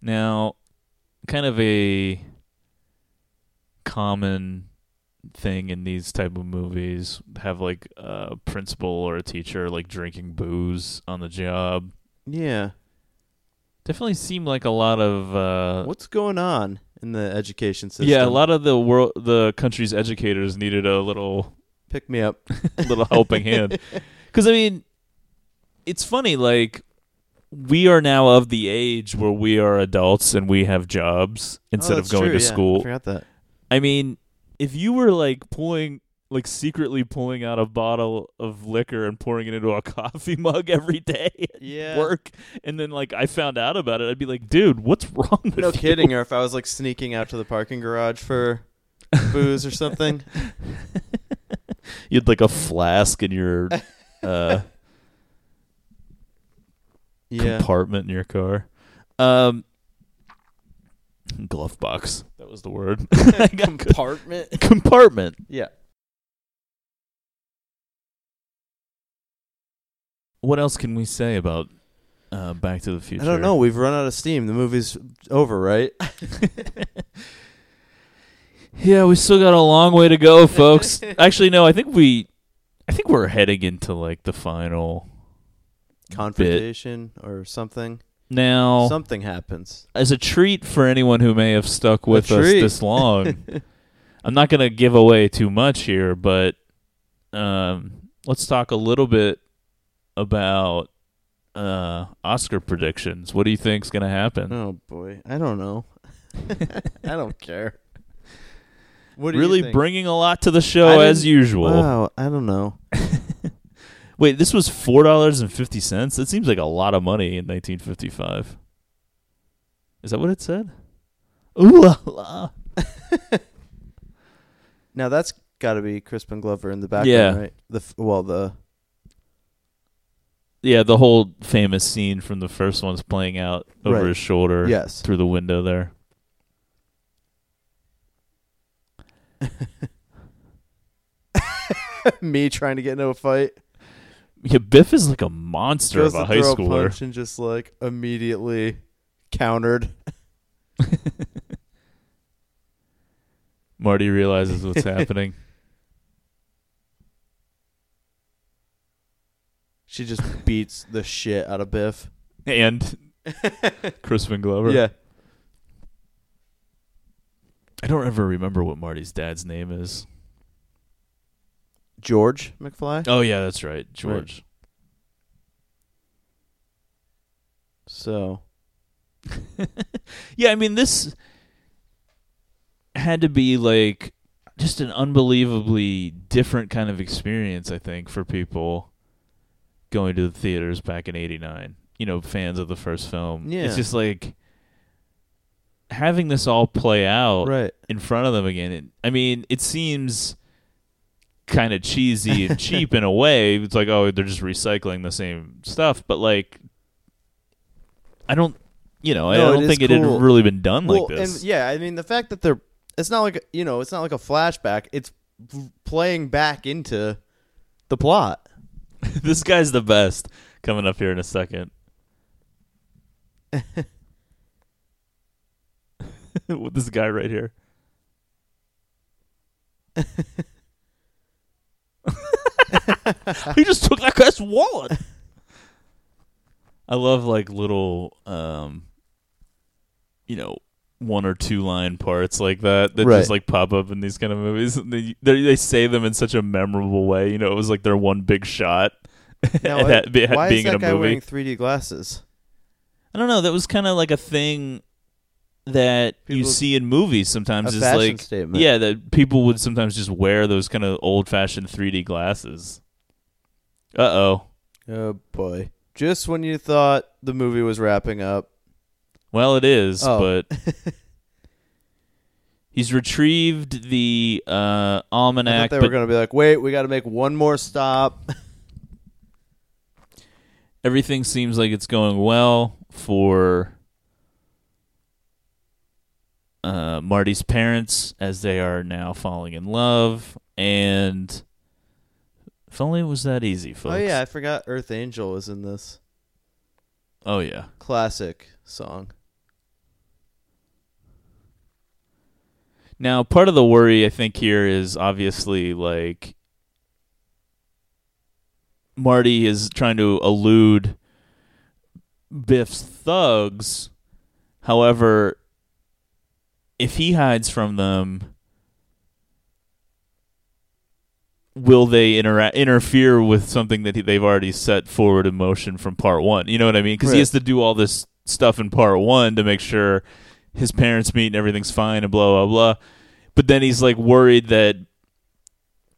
Now, kind of a common thing in these type of movies have like a principal or a teacher like drinking booze on the job.
Yeah.
Definitely seemed like a lot of uh,
What's going on in the education system?
Yeah, a lot of the world, the country's educators needed a little,
Pick me up.
little helping hand. Because I mean, it's funny. Like we are now of the age where we are adults and we have jobs instead
Oh,
of
that's
going
true,
to
yeah. I
school.
forgot that.
I mean, if you were like pulling, like secretly pulling out a bottle of liquor and pouring it into a coffee mug every day at
Yeah.
work, and then like I found out about it, I'd be like, dude, what's wrong with
No
you?
kidding. Or if I was like sneaking out to the parking garage for booze or something.
you had like a flask in your uh,
Yeah.
compartment in your car. Um, glove box. That was the word. I got co-
Compartment.
compartment.
Yeah.
What else can we say about uh, Back to the Future?
I don't know. We've run out of steam. The movie's over, right?
yeah, we still got a long way to go, folks. Actually, no. I think we, I think we're heading into like the final
Confrontation or something.
now.
Something happens.
as a treat for anyone who may have stuck with us
treat.
this long, I'm not going to give away too much here, but um, let's talk a little bit about uh, Oscar predictions. What do you think's going to happen?
Oh boy, I don't know. I don't care. What do you
really
think?
bringing a lot to the show
I
as
didn't-
usual.
Wow, I don't know.
Wait, this was four dollars and fifty cents. That seems like a lot of money in 1955. Is that what it said? Ooh la la.
Now that's got to be Crispin Glover in the background,
Yeah.
right? The f- well, the
Yeah, the whole famous scene from the first one's playing out over
Right.
his shoulder
yes,
through the window there.
me trying to get into a fight.
Yeah, Biff is like a monster
Goes
of a
to
high
throw
schooler.
punch and just like immediately countered.
Marty realizes what's happening.
She just beats the shit out of Biff.
And Crispin Glover.
Yeah,
I don't ever remember what Marty's dad's name is.
George McFly.
Oh yeah, that's right. George.
So
Yeah, I mean this had to be like just an unbelievably different kind of experience, I think, for people going to the theaters back in '89. You know, fans of the first film.
Yeah.
It's just like having this all play out
right,
in front of them again. It, I mean, it seems kind of cheesy and cheap in a way. It's like, oh, they're just recycling the same stuff, but like, I don't, you know, I
No, it
don't
is
think it
cool.
had really been done like
well,
this.
And yeah, I mean the fact that they're it's not like you know it's not like a flashback. It's playing back into the plot.
this guy's the best. Coming up here in a second. with this guy right here. he just took that guy's wallet. I love like little, um, you know, one or two line parts like that that
Right.
just like pop up in these kind of movies. And they, they they say them in such a memorable way. You know, it was like their one big shot.
Now,
at
I-
that be-
why
being
is that
in a
guy
movie.
wearing 3D glasses?
I don't know. That was kind of like a thing that you
People-
see in movies sometimes.
A
is
fashion
like
statement.
yeah, that people would sometimes just wear those kind of old fashioned 3D glasses. Uh oh.
Oh boy! Just when you thought the movie was wrapping up,
Well, it is,
Oh.
but he's retrieved the uh,
I
almanac.
thought they
but
were going to be like, "Wait, we got to make one more stop."
everything seems like it's going well for uh, Marty's parents as they are now falling in love. And if only it was that easy, folks.
Oh yeah, I forgot Earth Angel was in this
Oh, yeah.
classic song.
Now, part of the worry I think here is obviously like Marty is trying to elude Biff's thugs. However, if he hides from them, will they intera- interfere with something that he- they've already set forward in motion from part one? You know what I mean? Because
Right.
he has to do all this stuff in part one to make sure his parents meet and everything's fine and blah blah blah. But then he's like worried that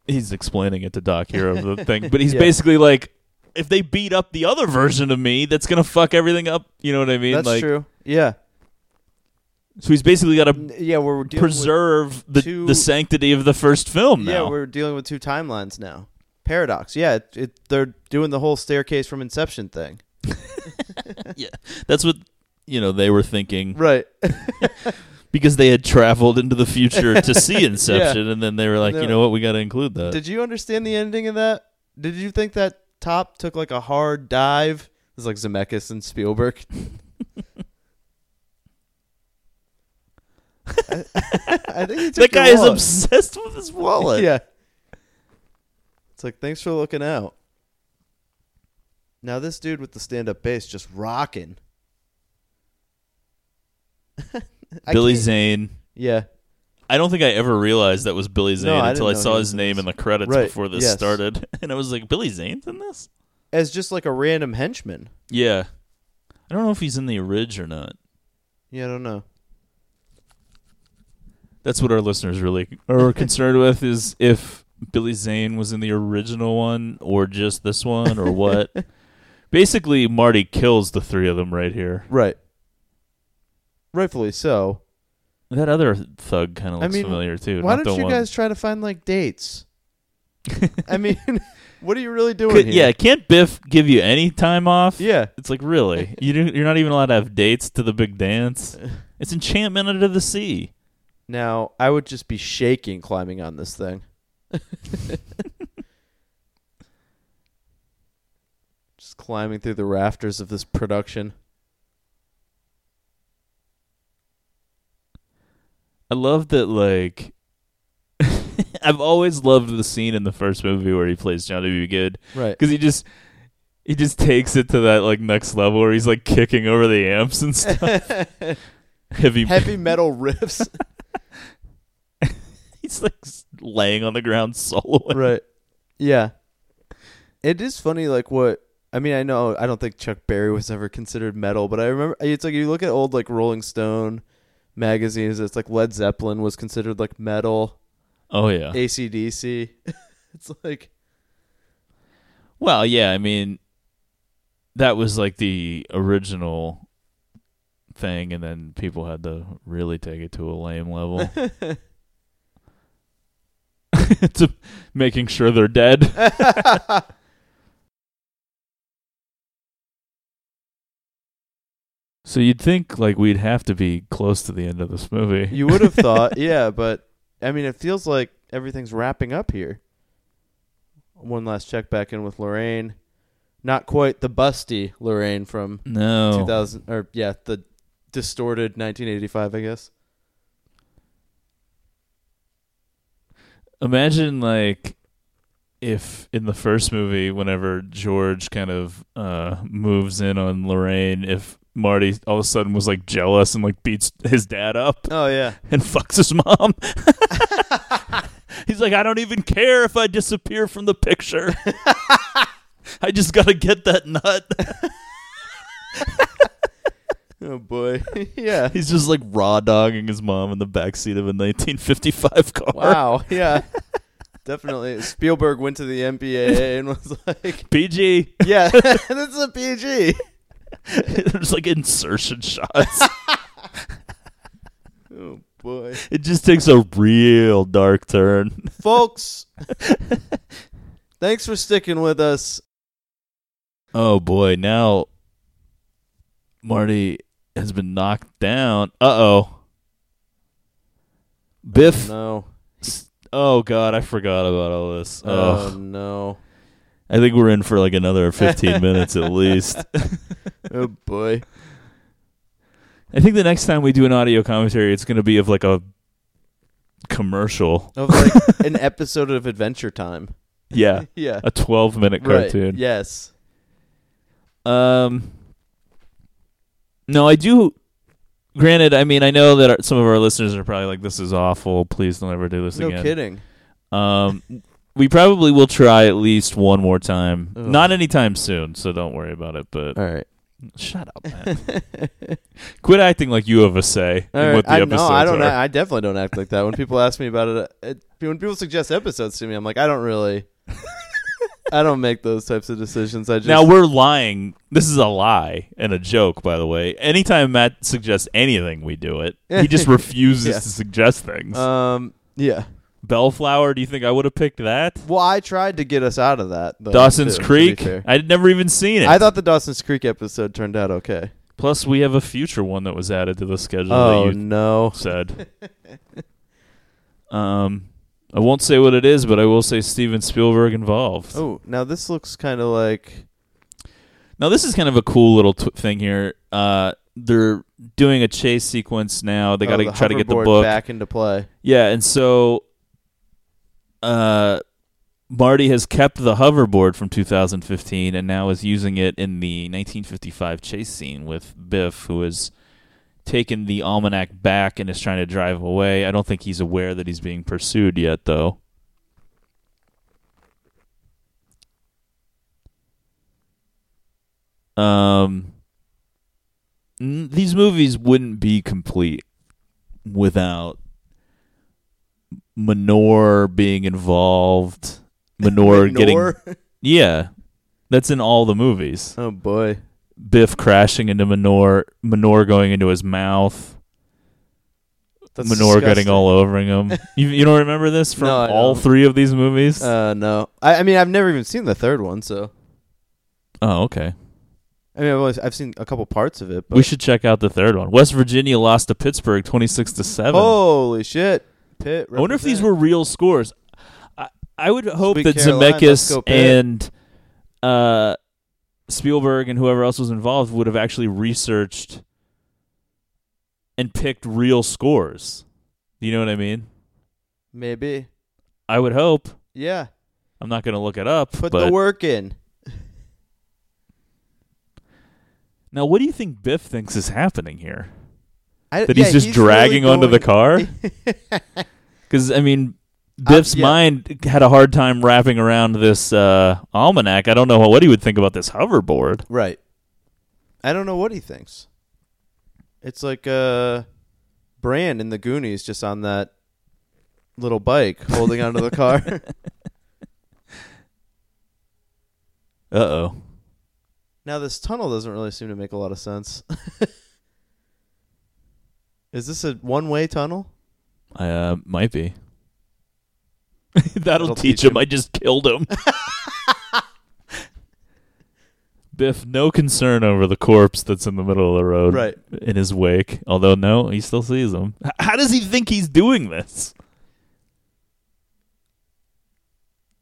he's explaining it to Doc here of the thing. But he's
Yeah.
basically like, if they beat up the other version of me, that's gonna fuck everything up. You know what I mean?
That's
like,
true. Yeah,
So he's basically got to
N- yeah, we're dealing
preserve the
two-
the sanctity of the first film.
With,
Now.
yeah, we're dealing with two timelines now. Paradox. Yeah, it, it, they're doing the whole staircase from Inception thing.
that's what you know they were thinking
Right.
because they had traveled into the future to see Inception, and then they were like,
They're
you know what, we got to include that.
Did you understand the ending of that? Did you think that top took like a hard dive? It was like Zemeckis and Spielberg. I, I think he took
that
your
guy is
wallet.
obsessed with his wallet.
Yeah. It's like thanks for looking out. Now this dude with the stand-up bass just rocking. I
Billy
can't-
Zane.
Yeah.
I don't think I ever realized that was Billy Zane
I didn't
until I
know
saw
he
his
was in
name
this.
in the credits
Right,
before this
yes.
started, and I was like, Billy Zane's in this?
As just like a random henchman.
Yeah, I don't know if he's in the Ridge or not.
Yeah, I don't know.
That's what our listeners really are concerned with is if Billy Zane was in the original one or just this one or what. Basically, Marty kills the three of them right here.
Right. Rightfully so.
That other thug kind of looks
I mean,
familiar too.
Why
not
don't
the
you
one.
guys try to find like dates? I mean, what are you really doing
Could- yeah,
here?
can't Biff give you any time off?
Yeah.
It's like really, you do, you're not even allowed to have dates to the big dance. It's enchantment under the sea.
Now, I would just be shaking climbing on this thing. just climbing through the rafters of this production.
I love that. Like, I've always loved the scene in the first movie where he plays Johnny B. Good
Right.
because he just he just takes it to that like next level where he's like kicking over the amps and stuff. Heavy,
Heavy metal riffs.
he's like s- laying on the ground soloing.
right. Yeah. It is funny like what I mean, I know I don't think Chuck Berry was ever considered metal, but I remember it's like you look at old like Rolling Stone magazines, it's like Led Zeppelin was considered like metal,
Oh yeah.
ACDC. it's like
Well, yeah, I mean, that was like the original thing, and then people had to really take it to a lame level. to making sure they're dead. so you'd think like we'd have to be close to the end of this movie.
you would have thought, yeah, but I mean, it feels like everything's wrapping up here. One last check back in with Lorraine. Not quite the busty Lorraine from
no.
2000 or yeah, the distorted 1985, I guess.
Imagine like if in the first movie, whenever George kind of uh, moves in on Lorraine, if Marty all of a sudden was like jealous and like beats his dad up
Oh yeah.
and fucks his mom. He's like, I don't even care if I disappear from the picture. I just gotta get that nut.
Oh boy. yeah.
He's just like raw dogging his mom in the backseat of a 1955 car.
Wow. Yeah. Definitely. Spielberg went to the MPAA and was like,
PG.
"Yeah, this is a PG."
There's like insertion shots.
Oh boy,
it just takes a real dark turn.
folks. thanks for sticking with us.
Oh boy, now Marty has been knocked down. Uh oh. Biff.
No.
S- Oh god, I forgot about all this.
Oh
Ugh.
no.
I think we're in for like another 15 minutes at least.
Oh boy.
I think the next time we do an audio commentary, it's going to be of like a commercial.
Of like an episode of Adventure Time.
Yeah,
Yeah.
a 12 minute
Right.
cartoon.
Yes.
Um, no, I do. Granted, I mean, I know that our, some of our listeners are probably like, "This is awful. Please don't ever do this
No
again."
kidding.
Um, we probably will try at least one more time.
Ugh.
Not anytime soon, so don't worry about it. But
All right.
shut up, man. Quit acting like you have a say
All
in
right.
what the
I,
episodes
no, I don't.
are.
I definitely don't act like that. When people ask me about it, uh, it, when people suggest episodes to me, I'm like, I don't really. I don't make those types of decisions. I just
now we're lying. This is a lie and a joke, by the way. Anytime Matt suggests anything, we do it. He just refuses
Yeah.
to suggest things.
um yeah.
Bellflower. Do you think I would have picked that?
Well, I tried to get us out of that. Though,
Dawson's
Uh, too, to be
Creek.
fair.
I'd never even seen it.
I thought the Dawson's Creek episode turned out okay.
Plus, we have a future one that was added to the schedule
Oh
that you
no!
said. um, I won't say what it is, but I will say Steven Spielberg involved.
Oh, now this looks kind of like
Now this is kind of a cool little tw- thing here. Uh, they're doing a chase sequence now. They
oh,
got to
the
try to get the
hoverboard
book.
back into play.
Yeah, and so uh Marty has kept the hoverboard from 2015 and now is using it in the 1955 chase scene with Biff who has taken the almanac back and is trying to drive away. I don't think he's aware that he's being pursued yet though. Um n- these movies wouldn't be complete without Menor being involved. Menor getting
Nor-
yeah, that's in all the movies.
oh boy!
Biff crashing into Menor, Menor going into his mouth,
That's
Menor getting
disgusting.
all over him. you, you don't remember this from
No, I
all
don't.
three of these movies?
Uh, no, I, I mean I've never even seen the third one, so
oh, okay.
I mean I've, only, I've seen a couple parts of it. But
We should check out the third one. West Virginia lost to Pittsburgh, twenty-six to seven.
Holy shit! Pitt.
I wonder if these
represent.
were real scores. I, I would hope
Sweet
that
Caroline, let's
Zemeckis
go Pitt.
and uh, Spielberg and whoever else was involved would have actually researched and picked real scores. You know what I mean?
maybe.
I would hope.
Yeah,
I'm not going to look it up.
put
but
the work in.
now, what do you think Biff thinks is happening here?
I,
That
yeah,
he's just
really
dragging onto the
going-
car? Because I mean, Biff's
yeah.
mind had a hard time wrapping around this uh, almanac. I don't know what he would think about this hoverboard.
Right. I don't know what he thinks. It's like uh Brand in the Goonies just on that little bike holding onto the car.
Uh oh.
now this tunnel doesn't really seem to make a lot of sense. Is this a one-way tunnel?
Uh, might be. That'll,
That'll
teach
teach
him.
him.
I just killed him. Biff, no concern over the corpse that's in the middle of the road,
Right.
in his wake. Although no, he still sees him. H- How does he think he's doing this?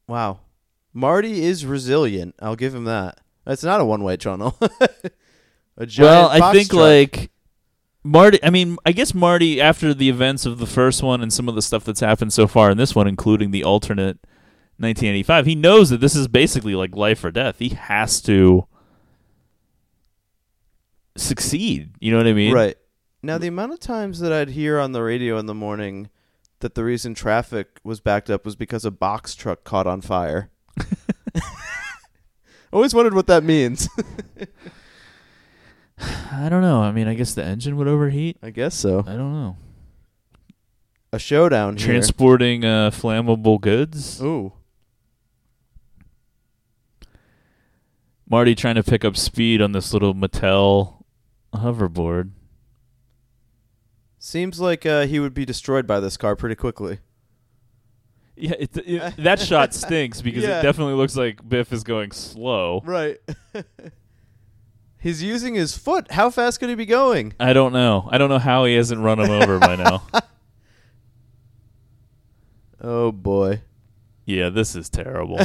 Wow. Marty is resilient. I'll give him that. That's not a one-way tunnel. a giant
well, I
box
think
truck.
like Marty, I mean, I guess Marty, after the events of the first one and some of the stuff that's happened so far in this one, including the alternate 1985, he knows that this is basically like life or death. He has to succeed. You know what I mean?
Right. Now, the amount of times that I'd hear on the radio in the morning that the reason traffic was backed up was because a box truck caught on fire. Always wondered what that means.
I don't know. I mean, I guess the engine would overheat.
I guess so.
I don't know.
A showdown here.
Transporting uh, flammable goods.
Ooh.
Marty trying to pick up speed on this little Mattel hoverboard.
Seems like uh, he would be destroyed by this car pretty quickly.
Yeah, it, it- that shot stinks because
Yeah.
it definitely looks like Biff is going slow.
Right. He's using his foot. How fast could he be going?
I don't know. I don't know how he hasn't run him over by now.
Oh boy.
Yeah, this is terrible.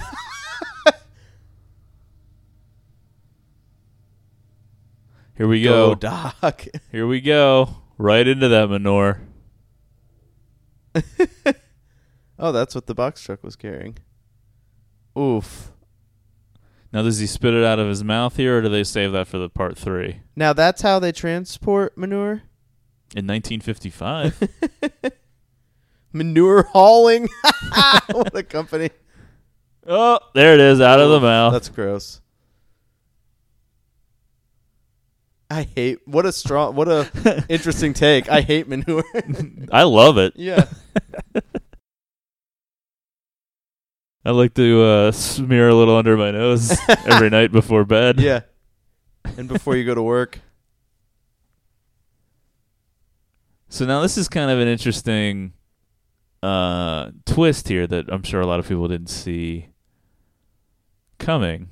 Here we go.
Go, Oh, Doc.
Here we go. Right into that manure.
Oh, that's what the box truck was carrying. Oof.
Now, does he spit it out of his mouth here, or do they save that for the part three
Now that's how they transport manure?
in 1955?
Manure hauling. what a company.
oh, there it is, out of the mouth.
That's gross. I hate what a strong what a interesting take. I hate manure.
I love it.
yeah.
I like to uh, smear a little under my nose every night before bed.
Yeah. And before you go to work.
So now this is kind of an interesting uh, twist here that I'm sure a lot of people didn't see coming.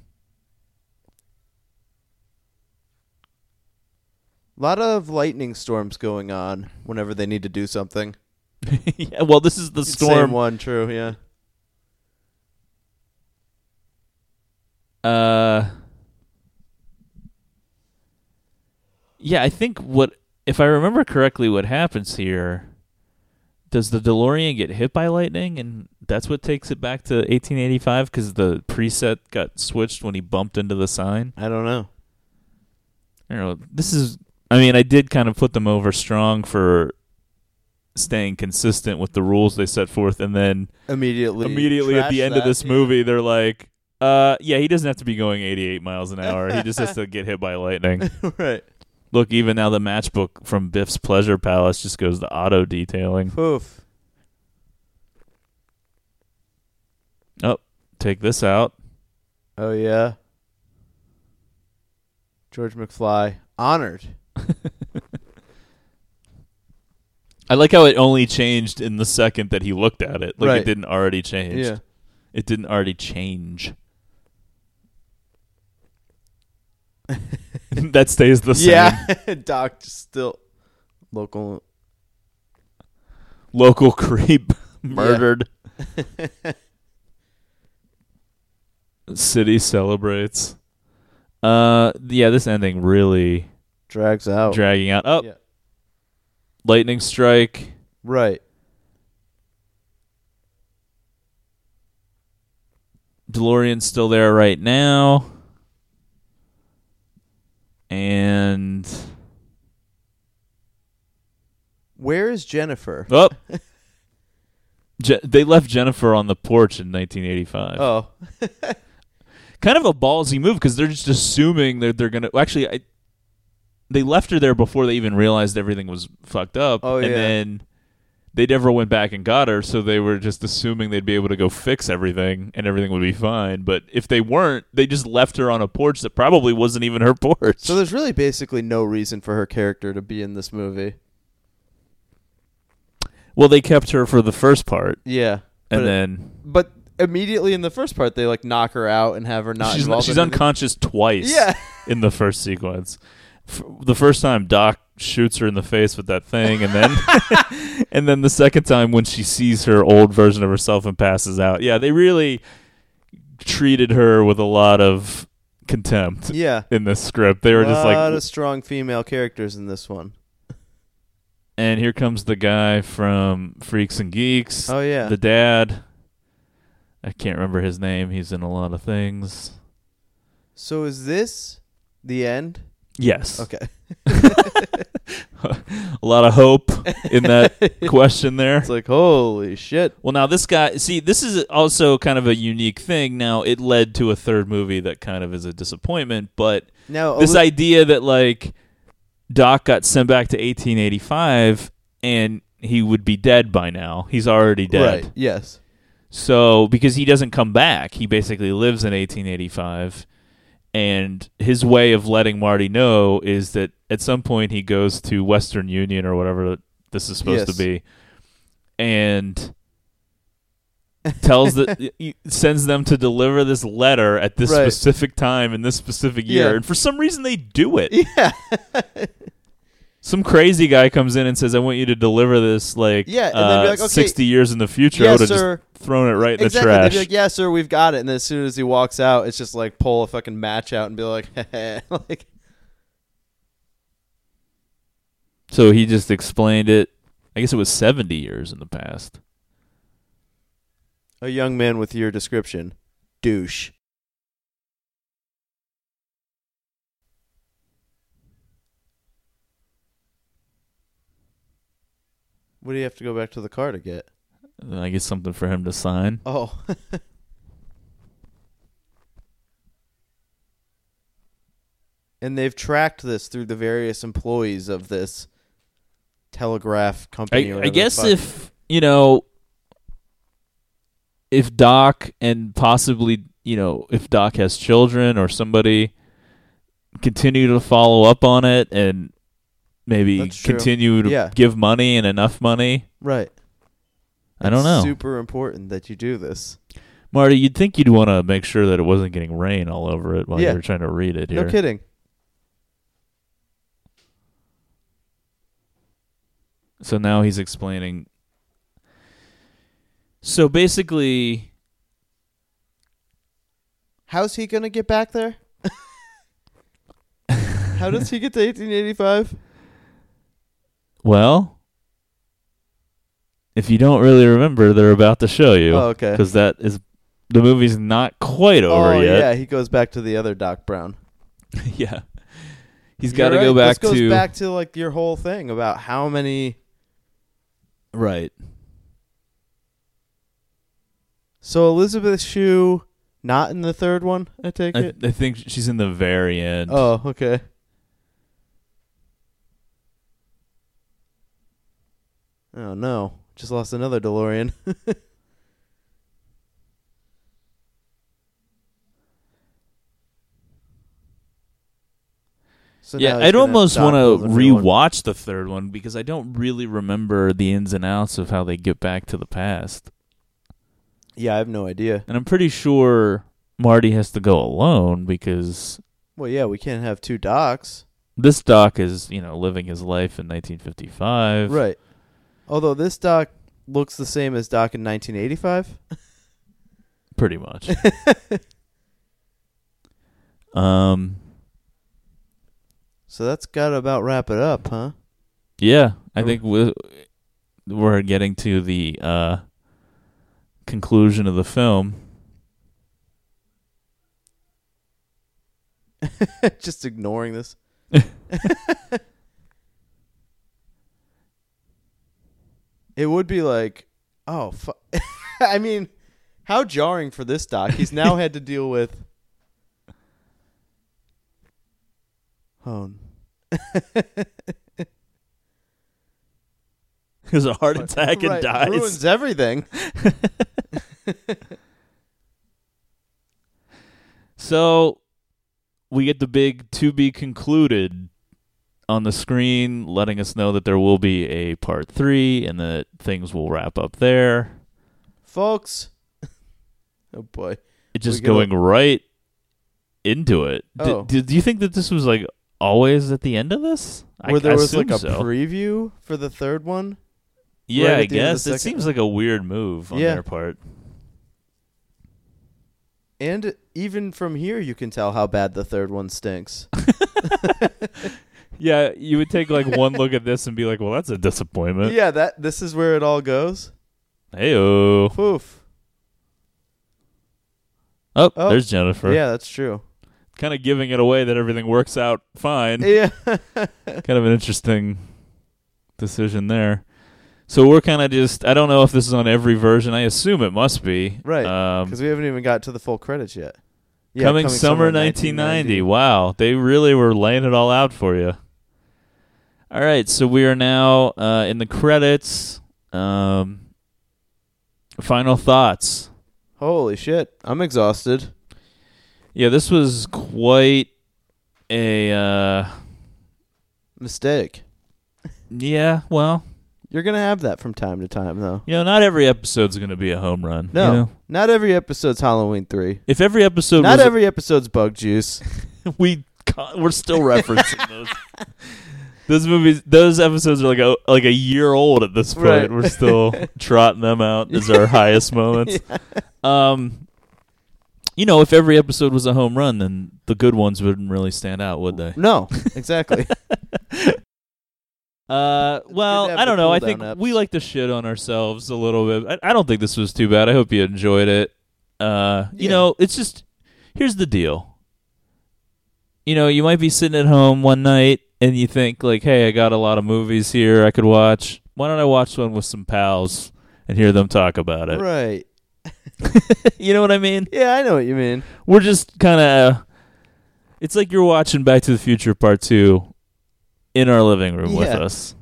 A lot of lightning storms going on whenever they need to do something.
yeah, well, this is the
Same
storm.
one, true, yeah.
Uh, yeah, I think what if I remember correctly, what happens here? Does the DeLorean get hit by lightning, and that's what takes it back to 1885 because the preset got switched when he bumped into the sign?
I don't know.
I don't know. This is. I mean, I did kind of put them over strong for staying consistent with the rules they set forth, and then
Immediately
immediately at the
trash
end of
that,
this
yeah.
movie, they're like, "Uh, yeah, he doesn't have to be going 88 miles an hour. He just has to get hit by lightning."
right.
Look, even now the matchbook from Biff's Pleasure Palace just goes to auto detailing.
Poof.
Oh, take this out.
Oh yeah. George McFly honored.
I like how it only changed in the second that he looked at it. Like
Right.
it didn't already change.
Yeah.
It didn't already change. that stays the same.
Yeah. Doc just still local
Local creep murdered. City celebrates. Uh yeah, this ending really
drags out.
dragging out. Up.
Yeah.
Lightning strike.
right.
DeLorean's still there right now. And
Where is Jennifer?
oh. Je- they left Jennifer on the porch in 1985.
Oh.
kind of a ballsy move because they're just assuming that they're gonna well, actually I, they left her there before they even realized everything was fucked up
Oh,
and
yeah.
then they never went back and got her so they were just assuming they'd be able to go fix everything and everything would be fine but if they weren't they just left her on a porch that probably wasn't even her porch
So there's really basically no reason for her character to be in this movie.
well they kept her for the first part
Yeah.
and
but,
then
but immediately in the first part they like knock her out and have her not
she's,
involved
she's
in anything.
unconscious twice
Yeah.
in the first sequence F- the first time doc shoots her in the face with that thing and then and then the second time when she sees her old version of herself and passes out yeah they really treated her with a lot of contempt
Yeah.
in this script they
A
were
lot
just like
of strong female characters in this one.
and here comes the guy from Freaks and Geeks.
Oh, yeah.
the dad. I can't remember his name. He's in a lot of things.
So is this the end?
Yes.
Okay.
a lot of hope in that question there.
It's like holy shit.
Well, now this guy, see, this is also kind of a unique thing. Now, it led to a third movie that kind of is a disappointment, but
Now
this
Oli-
idea that, like, Doc got sent back to 1885 and he would be dead by now. He's already dead.
Right. Yes.
So, because he doesn't come back, he basically lives in 1885. And his way of letting Marty know is that at some point he goes to Western Union or whatever this is supposed
Yes.
to be and tells the he sends them to deliver this letter at this
Right.
specific time in this specific year.
Yeah.
And for some reason they do it.
Yeah.
Some crazy guy comes in and says, I want you to deliver this like,
Yeah, and they'd be
uh,
like, "Okay,
60 years in the future. I
yes,
would have
sir.
just thrown it right in
exactly. They'd
the trash.
be like, "Yeah, sir, we've got it." And then as soon as he walks out, it's just like pull a fucking match out and be like, like
So he just explained it. I guess it was 70 years in the past.
a young man with your description, douche. What do you have to go back to the car to get?
And I guess something for him to sign.
Oh. and they've tracked this through the various employees of this telegraph company.
I,
or
I
whatever the
guess
fuck.
if, you know, if Doc and possibly, you know, if Doc has children or somebody continue to follow up on it and maybe
That's true.
continue to
Yeah.
give money and enough money.
right,
I don't know.
Super important that you do this.
Marty, you'd think you'd want to make sure that it wasn't getting rain all over it while
Yeah.
you were trying to read it here.
No kidding.
So now he's explaining. So basically,
How's he gonna get back there? How does he get to 1885?
well, if you don't really remember, they're about to show you.
Oh, okay.
Because that is the movie's not quite over
oh yeah,
yet.
he goes back to the other Doc Brown.
Yeah. He's
You're
got to go
right.
back
this goes
to
back to like your whole thing about how many.
right.
So Elizabeth Shue not in the third one. I take
I,
it.
I think she's in the very end.
Oh, okay. Oh no! Just lost another DeLorean. so
yeah,
now he's
I'd
gonna
almost
dock
want
build
to
a new one.
rewatch the third one because I don't really remember the ins and outs of how they get back to the past.
Yeah, I have no idea.
And I'm pretty sure Marty has to go alone because
Well, yeah, we can't have two docs,
this doc is, you know, living his life in 1955.
right? Although this doc looks the same as doc in 1985.
Pretty much. um,
So that's gotta about wrap it up, huh?
yeah, I think we- we're getting to the uh, conclusion of the film.
Just ignoring this. it would be like, oh, fu- I mean, how jarring for this doc. He's now had to deal with. Oh,
There's a heart attack and
right,
dies.
ruins everything.
So we get the big to be concluded on the screen, letting us know that there will be a part three and that things will wrap up there.
Folks. Oh boy.
It's just
We get a-
going right into it. D-
Oh.
d- do you think that this was like always at the end of this? I-
Where
I
there was like
assume
a
so.
preview for the third one.
yeah,
right at
I
the end of the
guess
second-
it seems like a weird move on
Yeah.
their part.
And even from here, you can tell how bad the third one stinks.
Yeah, you would take like one look at this and be like, "Well, that's a disappointment."
yeah, that this is where it all goes.
Heyo.
Poof.
Oh,
Oh.
there's Jennifer.
Yeah, that's true.
Kind of giving it away that everything works out fine.
Yeah.
kind of an interesting decision there. So we're kind of just I don't know if this is on every version. I assume it must be.
Right.
Um,
Because we haven't even got to the full credits yet. Yeah,
coming, summer 1990. Wow, they really were laying it all out for you. All right, so we are now uh, in the credits. Um, final thoughts.
Holy shit. I'm exhausted.
Yeah, this was quite a uh,
Mistake.
yeah. Well,
You're going to have that from time to time, though.
you know, not every episode's going to be a home run.
No.
you know?
Not every episode's Halloween 3.
If every episode
Not
was
every episode's Bug Juice.
we con- we're still referencing those. Those movies, those episodes are like a like a year old at this point.
Right.
We're still trotting them out as our highest moments. Um, you know, if every episode was a home run, then the good ones wouldn't really stand out, would they?
No, exactly.
Uh, well,
good to have
I don't
the
know. I
cool
think
down
we like to shit on ourselves a little bit. I, I don't think this was too bad. I hope you enjoyed it. Uh, you
Yeah.
know, it's just here's the deal. You know, you might be sitting at home one night and you think like, "Hey, I got a lot of movies here I could watch. Why don't I watch one with some pals and hear them talk about it?"
right.
You know what I mean?
Yeah, I know what you mean.
We're just kind of it's like you're watching Back to the Future Part 2 in our living room with
Yeah.
us.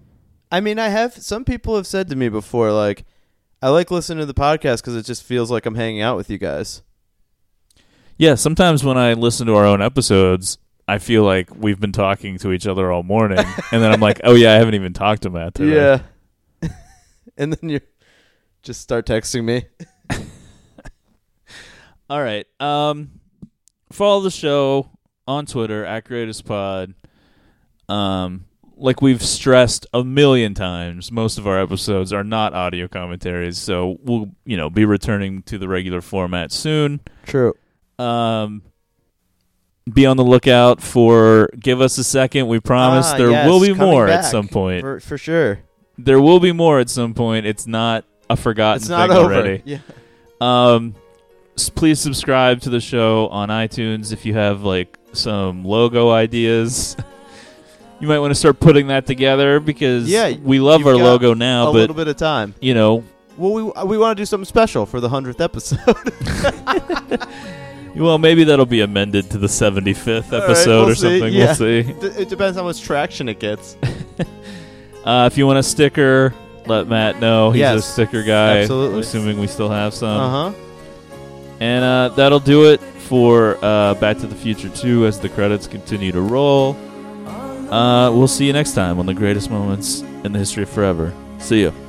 I mean, I have some people have said to me before, like, I like listening to the podcast because it just feels like I'm hanging out with you guys.
Yeah, sometimes when I listen to our own episodes, I feel like we've been talking to each other all morning, and then I'm like, "Oh yeah, I haven't even talked to Matt today."
Yeah. and then you just start texting me.
All right. Um, follow the show on Twitter at Greatest Pod. Um, like we've stressed a million times, most of our episodes are not audio commentaries, so we'll you know be returning to the regular format soon.
True.
Um, be on the lookout for. Give us a second. We promise
Ah,
there
yes,
will be
coming
more at
back.
some point.
For, for sure.
there will be more at some point. It's not a forgotten
It's not
thing
over.
already.
Yeah.
Um, s- please subscribe to the show on iTunes if you have like some logo ideas. You might want to start putting that together because
Yeah,
we love
you've
our
got
logo
a
now, but
little bit of time.
you know
Well, we we want to do something special for the hundredth episode.
well maybe that'll be amended to the 75th
All right,
episode
we'll
or
see.
something.
Yeah.
We'll see.
D- it depends how much traction it gets.
Uh, if you want a sticker, let Matt know. He's a
Yes.
sticker guy.
Absolutely.
Assuming we still have some.
Uh huh.
And uh, that'll do it for uh, Back to the Future 2 as the credits continue to roll. Uh, we'll see you next time on the greatest moments in the history of forever. See you.